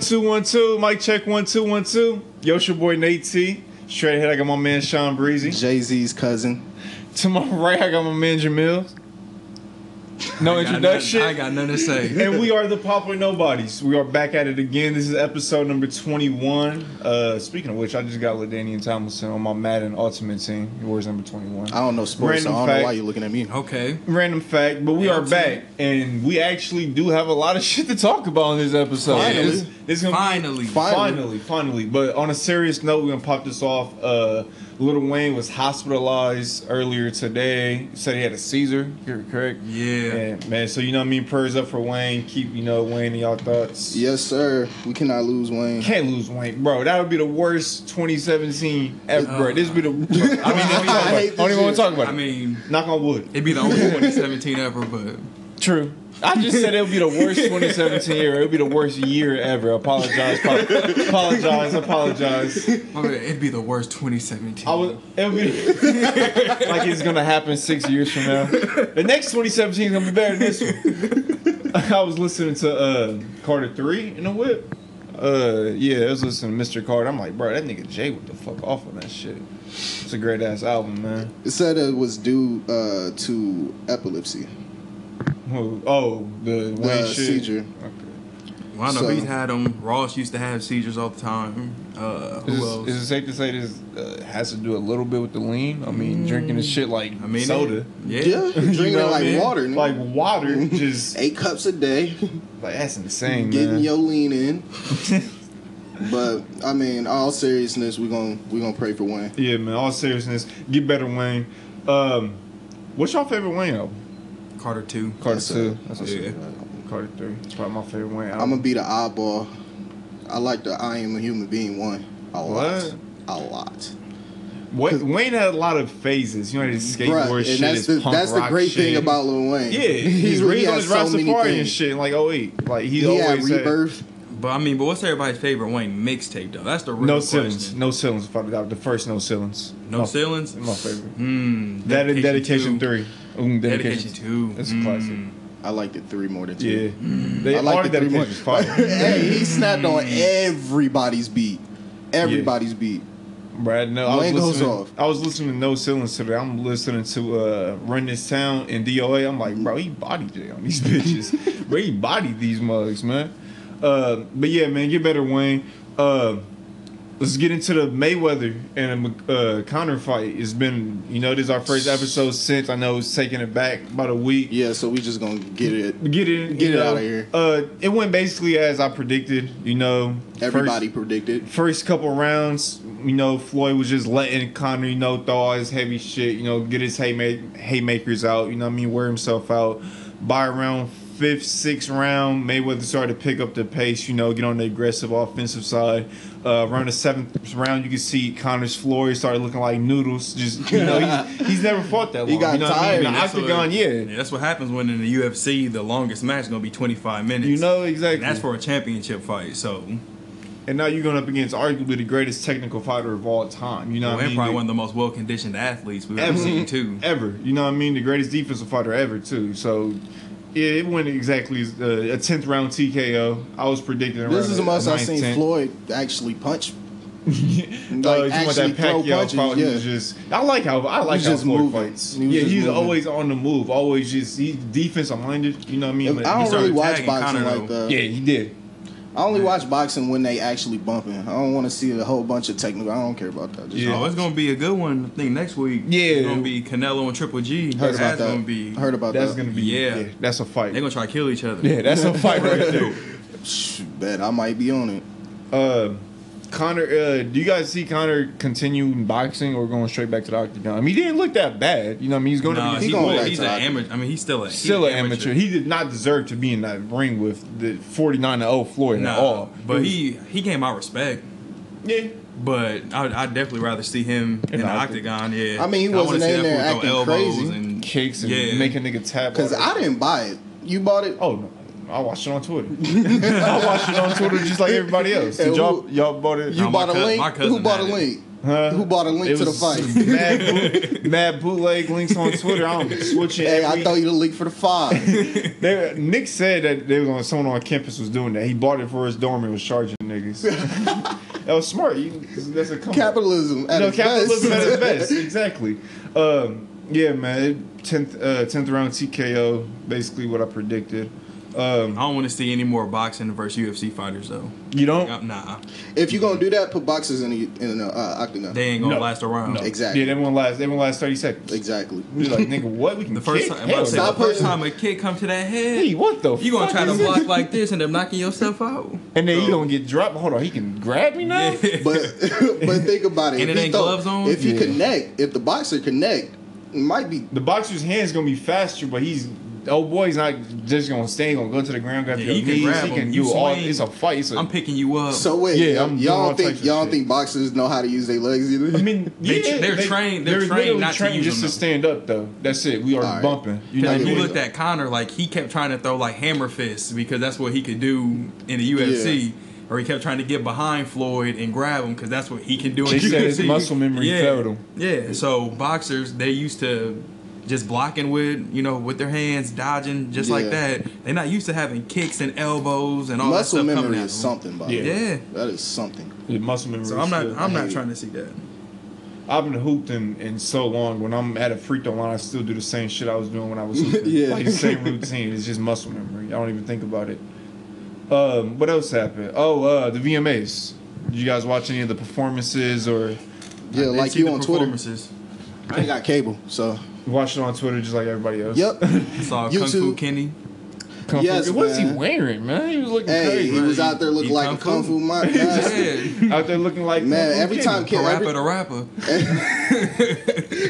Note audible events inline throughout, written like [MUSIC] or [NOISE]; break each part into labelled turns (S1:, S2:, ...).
S1: Two one two, mic check one two one two. Yo, it's your boy Nate T. Straight ahead, I got my man Sean Breezy.
S2: Jay Z's cousin.
S1: To my [LAUGHS] right, I got my man Jamil. No
S3: I got
S1: introduction.
S3: nothing- I got nothing to say.
S1: and we are the Popular Nobodies. We are back at it again. This is episode number 21. Uh, speaking of which, I just got Ladanian Tomlinson on my Madden Ultimate team. He wears number 21.
S2: I don't know sports, so
S1: Random
S2: I don't
S1: fact.
S2: know why you're looking at me.
S3: Okay.
S1: Random fact, but we
S3: Yeah,
S1: are
S3: I'm
S1: back. And we actually do have a lot of shit to talk about on this episode.
S2: Finally.
S1: It's, it's gonna be
S3: Finally.
S2: Fin-
S1: Finally,
S2: Finally.
S1: finally. But on a serious note, we're gonna pop this off. Uh Little Wayne was hospitalized earlier today. Said he had a seizure. You're correct.
S3: Yeah.
S1: And, man, so you know what I mean? Prayers up for Wayne. Keep you know Wayne in y'all thoughts.
S2: Yes, sir. We cannot lose Wayne.
S1: Can't lose Wayne, bro. That would be the worst 2017 ever, bro. This would be the. Bro, [LAUGHS] I mean,
S2: I hate
S1: I
S2: this
S1: don't even want
S2: shit.
S1: to talk about it.
S3: I mean,
S1: knock on wood.
S3: it'd be the only 2017 ever, but
S1: True. I just said it would be the worst 2017 year. It would be the worst year ever. Apologize. apo- apologize. Apologize.
S3: I mean, it'd be the worst 2017.
S1: I was it'll be [LAUGHS] like it's gonna happen six years from now. The next 2017 is gonna be better than this one. [LAUGHS] I was listening to uh, Carter Three in the whip. Uh, yeah, I was listening to Mr. Carter. I'm like, bro, that nigga Jay with the fuck off on that shit. It's a great ass album, man.
S2: It said it was due uh, to epilepsy.
S1: Who- Oh, the
S2: The
S1: Wayne shit.
S2: seizure.
S1: Okay.
S3: well, I know
S2: so-
S3: we had them. Ross used to have seizures all the time. Uh,
S1: Is,
S3: who else?
S1: it- is it safe to say this uh, has to do a little bit with the lean? I mean, drinking this shit like
S3: I mean,
S1: soda,
S3: it- yeah.
S2: Yeah,
S1: [LAUGHS] You
S2: drinking
S1: know what
S2: it
S1: I
S2: like
S1: mean?
S2: water. nigga.
S1: like water. Just
S2: eight cups a day, [LAUGHS]
S1: like that's insane,
S2: getting
S1: man.
S2: your
S1: [LAUGHS]
S2: lean in. but I mean, all seriousness, we gonna we gonna pray for Wayne.
S1: Yeah, man. All seriousness, get better, Wayne. Um, what's your favorite Wayne album?
S3: Carter two.
S1: Carter
S2: That's
S1: two.
S2: a-
S1: That's
S3: yeah.
S1: a Carter three. It's probably my favorite Wayne
S2: I'm
S1: album.
S2: gonna be the oddball. I like the I am a human being one a lot,
S1: What?
S2: a lot.
S1: Wayne, Wayne had a lot of phases. You know, his skateboard
S2: Bruh,
S1: shit,
S2: and that's
S1: his
S2: the
S1: punk
S2: that's the
S1: rock
S2: great thing
S1: shit.
S2: about Lil Wayne. [LAUGHS]
S1: yeah, he's
S2: really
S1: really on
S2: has
S1: his Rap
S2: so many
S1: Safari and
S2: things.
S1: shit. Like oh wait, like he,
S2: He had
S1: always had
S2: rebirth.
S3: But I mean, but what's everybody's favorite Wayne mixtape though? That's the real
S1: no
S3: question.
S1: ceilings, no ceilings. Fuck that, the first no ceilings.
S3: No
S1: My-
S3: ceilings?
S1: My favorite.
S3: Mm,
S1: That and dedication
S3: two.
S1: three. Mm,
S3: Dedication, two.
S1: That's a
S3: Mm.
S1: classic.
S2: I liked it three more than two.
S1: Yeah, they
S2: Mm. I like the
S1: that
S2: three more.
S1: was
S2: [LAUGHS]
S1: fire.
S2: hey, he snapped on
S1: Mm.
S2: everybody's beat. Everybody's beat.
S1: Brad, no, I was,
S2: Wayne goes
S1: listening,
S2: off.
S1: I was listening to No Ceilings today. I'm listening to uh, Run This Town and DOA. I'm like, bro, he bodied Jay on these
S2: [LAUGHS]
S1: bitches. bro, he bodied these mugs, man. Uh, but yeah, man, get better, Wayne. Uh, let's get into the Mayweather and uh, Connor fight. It's been, you know, this is our first episode since. I know it's taking it back about a week
S2: Yeah, so we just gonna get it.
S1: get it,
S2: Get
S1: you
S2: it
S1: know,
S2: outta here.
S1: Uh, it went basically as I predicted. You know,
S2: Everybody
S1: First,
S2: predicted.
S1: first couple rounds, you know, Floyd was just letting Connor, you know, throw all his heavy shit, you know, get his hayma- haymakers out. You know, what I mean, wear himself out. By round fifth, sixth round, Mayweather started to pick up the pace. You know, get on the aggressive offensive side. Uh, around the seventh round, you can see Connor's floor started looking like noodles. Just you know,
S2: [LAUGHS]
S1: he's, he's never fought that long.
S2: He got
S1: you know what I mean?
S2: tired.
S1: The
S3: That's what-
S1: octagon, yeah.
S3: That's what happens when in the UFC the longest match is gonna be 25 minutes.
S1: You know exactly.
S3: And that's for a championship fight. So
S1: And now you're going up against arguably the greatest technical fighter of all time. You know
S3: Wayne
S1: what I mean?
S3: probably one of the most well conditioned athletes we've ever seen too.
S1: Ever. You know what I mean? The greatest defensive fighter ever, too. So, yeah, it went exactly as, uh, a 10th round TKO. I was predicting around
S2: This is the most I've
S1: ninth,
S2: seen
S1: 10th.
S2: Floyd actually punch.
S1: Uh,
S2: like,
S1: you talking about
S2: actually throw
S1: Pacquiao
S2: punches,
S1: fight, he
S2: yeah.
S1: was just- I like how I like
S2: was
S1: how
S2: just
S1: Floyd
S2: moving.
S1: fights.
S2: He was
S1: yeah,
S2: just
S1: he's
S2: moving.
S1: always on the move. Always just he's defensive minded. You know what I mean? But
S2: I
S3: he
S2: don't really
S3: started
S2: watch
S3: tagging
S2: boxing
S3: Conor,
S2: like
S3: though.
S2: that.
S1: yeah, he did.
S2: I only watch boxing when they actually bumping. I don't want to see a whole bunch of technical. I don't care about that. Just
S1: Yeah.
S3: Oh, it's gonna be a good one. I think next week.
S1: Yeah.
S3: it's gonna be Canelo and Triple G.
S2: heard about
S3: that's
S2: that.
S3: gonna be.
S2: heard about
S1: That's
S2: that.
S1: gonna be yeah.
S3: Yeah.
S1: That's a fight.
S3: They're gonna try to kill each other.
S1: yeah, that's a fight right there.
S2: Shh, Bet I might be on it.
S1: Uh, Connor, uh, do you guys see Connor continue in boxing or going straight back to the octagon? I mean, he didn't look that bad. You know, what I mean, he's going
S3: [LAUGHS] Nah,
S1: to
S2: he
S1: be
S3: he
S2: gonna
S3: would.
S2: like
S3: he's
S2: to-
S3: an amateur. I mean, he's still a he's
S1: still an amateur. He did not deserve to be in that ring with the forty nine to zero Floyd at
S3: nah,
S1: all.
S3: but he he gave my respect.
S1: yeah,
S3: But I would I'd definitely rather see him in
S1: the
S3: the
S1: octagon.
S3: octagon. Yeah.
S2: I mean, he
S3: wanna
S2: wasn't
S3: see
S2: in
S3: that
S2: there
S3: fool
S2: acting
S3: throw elbows
S2: crazy.
S3: and
S1: kicks and
S3: Yeah.
S1: make a nigga tap.
S2: Cause
S1: all
S2: I
S1: that.
S2: didn't buy it. You bought it.
S1: Oh no, I watched it on
S2: [LAUGHS]
S1: Twitter. I watched it on Twitter just like everybody else. Did
S2: And
S1: y'all
S2: who-
S1: y'all bought it?
S2: you
S3: no, my
S2: bought a
S3: cou- my
S2: link.
S3: cousin
S2: Who bought a
S3: had it.
S2: link?
S1: Huh?
S2: Who bought a link
S1: It
S2: to the
S1: was [LAUGHS]
S2: fight?
S1: Mad, boot, mad bootleg links on Twitter. I'm
S2: [LAUGHS]
S1: switching.
S2: Hey,
S1: every-
S2: I thought you the link for
S1: [LAUGHS]
S2: the five.
S1: They, Nick said that they was on someone on campus was doing that. He bought it for his dorm and was charging
S2: [LAUGHS]
S1: niggas. that was smart. You, that's a come up.
S2: capitalism at
S1: no
S2: its
S1: capitalism
S2: best.
S1: at its best. Exactly. Um, yeah, man. Tenth uh, tenth round TKO. Basically, what I predicted. Um,
S3: I don't want to see any more boxing versus UFC fighters though.
S1: you don't.
S3: Uh, Nah,
S2: [LAUGHS] if you gonna do that, put boxes in the in the uh, octagon.
S3: they ain't gonna
S1: No.
S3: last around.
S2: No. Exactly.
S1: Yeah, they won't last. They won't last thirty seconds.
S3: [LAUGHS]
S2: Exactly.
S1: You're like, nigga, what? We can
S3: The first
S1: kick?
S3: time,
S1: Hell
S3: I'm saying,
S1: no.
S2: Stop
S3: the first
S2: putting-
S3: time a kid come to that head,
S1: Hey, what the?
S3: you gonna
S1: fuck
S3: try to
S1: is it?
S3: block like this and end up knocking yourself out.
S1: and then you gonna get dropped. Hold on, he can grab me now.
S2: But [LAUGHS] but think about it. If
S3: And it
S2: he
S3: ain't
S2: throw-
S3: gloves on?
S2: If you
S1: Yeah.
S2: connect, if the boxer connect, it might be
S1: The boxer's hands gonna be faster, but he's oh boy, he's not just gonna stay. He gonna go to the ground, grab
S3: Yeah,
S1: your
S3: he can
S1: knees.
S3: grab
S1: he
S3: him.
S1: can
S3: You
S1: do all.
S3: swing.
S1: It's a fight. It's a,
S3: I'm picking you up.
S2: So wait,
S1: Yeah,
S2: y'all,
S1: I'm
S2: y'all
S1: doing all
S2: don't think
S1: types of
S2: y'all don't
S1: shit.
S2: think boxers know how to use their legs either?
S1: [LAUGHS] I
S2: [LAUGHS]
S1: mean,
S3: They-
S1: yeah,
S3: they're trained- they're trained
S1: literally
S3: not to
S1: trained
S3: use
S1: just
S3: them,
S1: to stand
S3: though.
S1: up, though. That's it. We are
S2: Alright.
S1: bumping. You know what
S3: Because
S1: I
S3: if you
S1: mean?
S3: looked at Connor, like he kept trying to throw like hammer fists because that's what he could do in the UFC, or he kept trying to get behind Floyd and grab him because that's what he can do.
S1: They
S3: in the
S1: said
S3: UFC.
S1: his muscle memory
S3: yeah.
S1: failed him.
S3: Yeah. So boxers, they used to just blocking with you know with their hands, dodging just like
S2: Yeah.
S3: that. They're not used to having kicks and elbows and all
S2: Muscle
S3: that stuff
S2: memory
S3: coming at
S2: is
S3: them.
S2: something, by the
S1: Yeah.
S2: way.
S3: Yeah.
S2: That is something.
S1: The muscle memory.
S3: So I'm not
S1: still-
S3: I'm
S2: hate
S3: not
S2: it.
S3: trying to see that.
S1: I've been hooped in, in so long. When I'm at a free throw line, I still do the same shit I was doing when I was hooping.
S2: Yeah.
S1: Like the same routine. It's just muscle memory. I don't even think about it. Um, what else happened? Oh, uh, the VMAs. Did you guys watch any of the performances or
S2: Yeah,
S3: They
S2: like
S3: see
S2: you
S3: the
S2: on Twitter.
S3: performances.
S2: I ain't got cable, so
S1: watch it on Twitter just like everybody
S2: [LAUGHS]
S1: else?
S2: yep.
S3: I saw Kung Fu
S2: YouTube.
S3: Kenny.
S1: [LAUGHS] Kung Fu-
S2: Yes,
S1: What is he
S2: man.
S1: wearing, man? He was looking
S2: hey, he
S1: crazy.
S2: was out there looking
S3: He
S2: like
S3: kung
S2: a kung
S3: fu.
S2: fu mon-
S3: [LAUGHS]
S2: master.
S3: Yeah.
S1: out there looking like
S2: Man,
S1: Kung Fu
S2: every
S1: Kenny.
S2: time Ken,
S3: Parappa
S2: every,
S3: the rapper.
S2: [LAUGHS]
S1: [LAUGHS]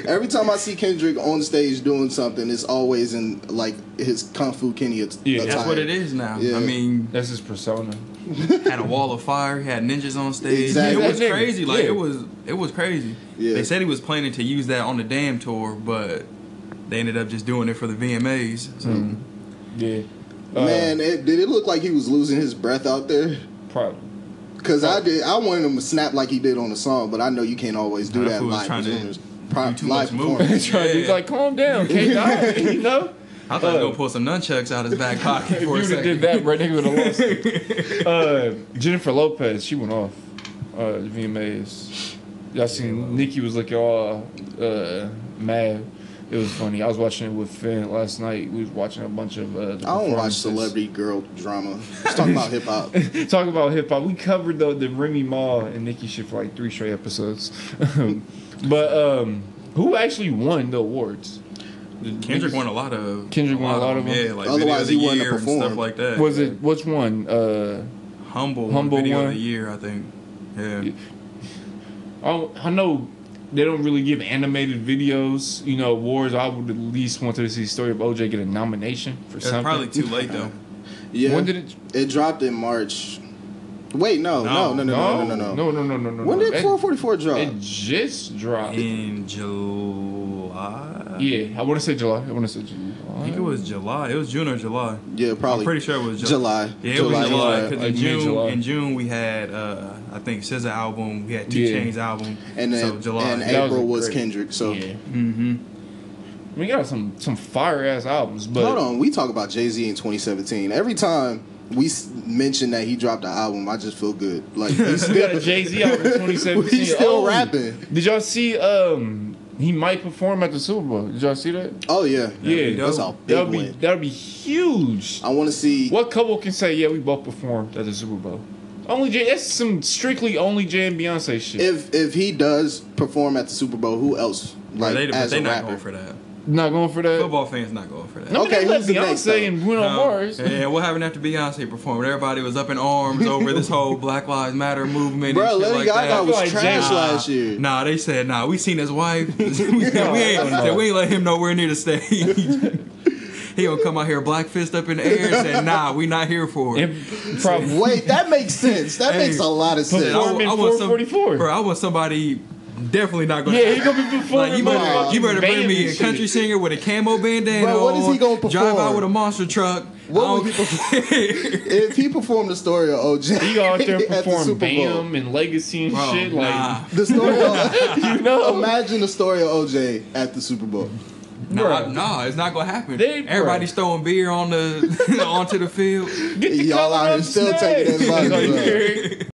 S2: every time I see Kendrick on stage doing something, it's always in like his kung fu Kenny at-
S1: Yeah.
S3: That's what it is now.
S2: Yeah.
S3: I mean,
S1: That's his persona.
S3: had a wall of fire. He had ninjas on stage.
S2: Exactly.
S3: It was
S1: That nigga,
S3: crazy. Like
S1: yeah.
S3: it was, it was crazy.
S2: Yeah.
S3: They said he was planning to use that on the damn tour, but they ended up just doing it for the VMAs. So
S2: Hmm.
S1: Yeah. Uh,
S2: Man,
S3: Uh-huh.
S2: it, did it look like he was losing his breath out there?
S3: [LAUGHS]
S1: probably.
S2: Cause
S3: Uh-huh.
S2: I did, I wanted him to snap like he did on the song, but I know you can't always do
S3: Nah, that
S2: that
S3: fool was
S2: live
S3: trying to
S2: performance.
S3: do too
S2: live
S3: much movement. [LAUGHS]
S2: performance.
S1: Trying to be
S3: Yeah.
S1: like, calm down, K. Dot,
S2: [LAUGHS]
S1: you know.
S3: I thought he was gonna pull some nunchucks out his back
S1: [LAUGHS] If Uh.
S3: pocket
S1: you
S3: for a
S1: would have did
S3: second.
S1: that, bro, nigga would have lost.
S2: [LAUGHS]
S1: it. Uh, Jennifer Lopez, she went off. Uh, the VMAs. Y'all seen Nikki was looking all uh, mad. It was funny. I was watching it with Finn last night. We was watching a bunch of. Uh, the
S2: I don't watch
S1: performances.
S2: celebrity girl drama. Just talking about hip
S3: [LAUGHS]
S2: hop.
S1: [LAUGHS] Talk about hip hop. We covered the the Remy Ma and Nicki shit for like three straight episodes. [LAUGHS] but um, who actually won the awards?
S3: Kendrick won a lot of.
S1: Kendrick won a lot of them.
S3: Yeah, like
S2: Otherwise,
S3: Otherwise,
S2: he
S3: video of
S2: wouldn't have
S3: the year and stuff
S2: performed.
S3: like that.
S1: Was it which one? Uh, Humble
S3: humble? Humble video
S1: won?
S3: of the year, I think. Yeah.
S1: I, don't- I know they don't really give animated videos, you know, awards. I would at least want to see the story of OJ get a nomination for
S3: It's
S1: something.
S3: probably too late though.
S2: Yeah.
S1: When did it?
S2: It dropped in March. Wait, no, no, no, no, no, no, no.
S1: no,
S2: no.
S1: no, no, no, no.
S2: When
S1: no.
S2: did
S1: It-
S2: 444 drop?
S1: It just dropped.
S3: In July.
S1: Yeah, I want to say July. I want to say July.
S3: I think it was July. It was June or July.
S2: yeah, probably.
S3: I'm pretty sure it was Ju-
S2: July.
S3: Yeah, it
S2: July,
S3: was July.
S2: July.
S3: Because
S1: Like
S3: in June,
S1: mid-July.
S3: in June we had uh, I think SZA album, we had Two
S1: Yeah.
S3: Chainz album,
S2: And then
S3: so July.
S2: and
S1: That was
S2: April was,
S1: great.
S2: Kendrick. So
S1: yeah.
S3: hmm
S1: We got some some fire ass albums, but
S2: hold on, we talk about Jay Z in 2017. Every time we s- mention that he dropped an album, I just feel good.
S1: [LAUGHS]
S2: Like he's
S1: we got
S2: still,
S1: a Jay
S2: [LAUGHS]
S1: Z album in Oh. 2017.
S2: He's still rapping.
S1: Did y'all see? Um, he might perform at the Super Bowl. Did y'all see that?
S2: oh yeah,
S1: Yeah,
S3: be dope.
S2: that's a
S1: that
S2: big
S1: would be
S2: win.
S1: that would be huge.
S2: I want to see.
S1: What couple can say, yeah, we both performed at the Super Bowl? Only Jay. That's some strictly only Jay and Beyonce shit.
S2: if if he does perform at the Super Bowl, who else like
S3: they, but
S2: as
S3: they
S2: a
S3: not going
S2: rapper?
S3: for that.
S1: Not going for that.
S3: Football fans not going for that.
S1: I mean,
S2: Okay,
S1: they let
S2: who's the next,
S1: Beyonce
S2: though?
S1: and Bruno
S3: No.
S1: Mars.
S3: Yeah, what happened after Beyonce performed? Everybody was up in arms over this
S2: [LAUGHS]
S3: whole Black Lives Matter movement.
S2: Bro,
S3: and shit
S2: Lady
S3: like
S2: Gaga
S3: that.
S2: was
S1: Like,
S2: trash
S1: nah.
S2: last year.
S3: Uh,
S2: Oh,
S3: Nah, they said nah. We seen his
S2: [LAUGHS]
S3: wife. [LAUGHS] we, ain't,
S1: no.
S3: we ain't let him nowhere near the stage. [LAUGHS] he gonna come out here black fist up in the air
S2: [LAUGHS]
S3: and say nah, we not here for
S1: [LAUGHS]
S3: it.
S1: And probably
S2: Wait, that makes sense. That
S3: Hey,
S2: makes a lot of
S1: put
S2: sense.
S1: Perform in
S3: want some-
S1: 444.
S3: Bro, I want somebody definitely not gonna.
S1: Yeah, he gonna be performing
S3: Like, you, better,
S1: like
S3: you better bring
S1: band
S3: me a
S1: and
S3: country
S1: shit.
S3: singer with a camo bandana.
S2: Bro, what is he
S3: on,
S2: gonna
S3: Drive
S2: perform?
S3: out with a monster truck.
S2: What
S3: I don't
S2: would
S3: care.
S2: If he performed the story of OJ,
S1: He go out there
S2: [LAUGHS] at the
S1: perform
S2: Super Bowl,
S1: Bam and Legacy and [LAUGHS]
S3: Bro,
S1: shit. Like,
S3: nah.
S2: The story
S1: [LAUGHS]
S2: of, [LAUGHS]
S1: you know,
S2: imagine the story of OJ at the Super
S1: [LAUGHS]
S2: Bowl.
S3: Nah,
S1: Bruh.
S3: nah, it's not gonna happen.
S1: They- bruh.
S3: Everybody's throwing beer on the [LAUGHS] onto the field.
S1: get the
S2: Y'all
S1: color
S2: out
S1: up
S2: here still
S1: snake.
S2: taking advice,
S1: Like,
S2: bro.
S1: [LAUGHS] Eric,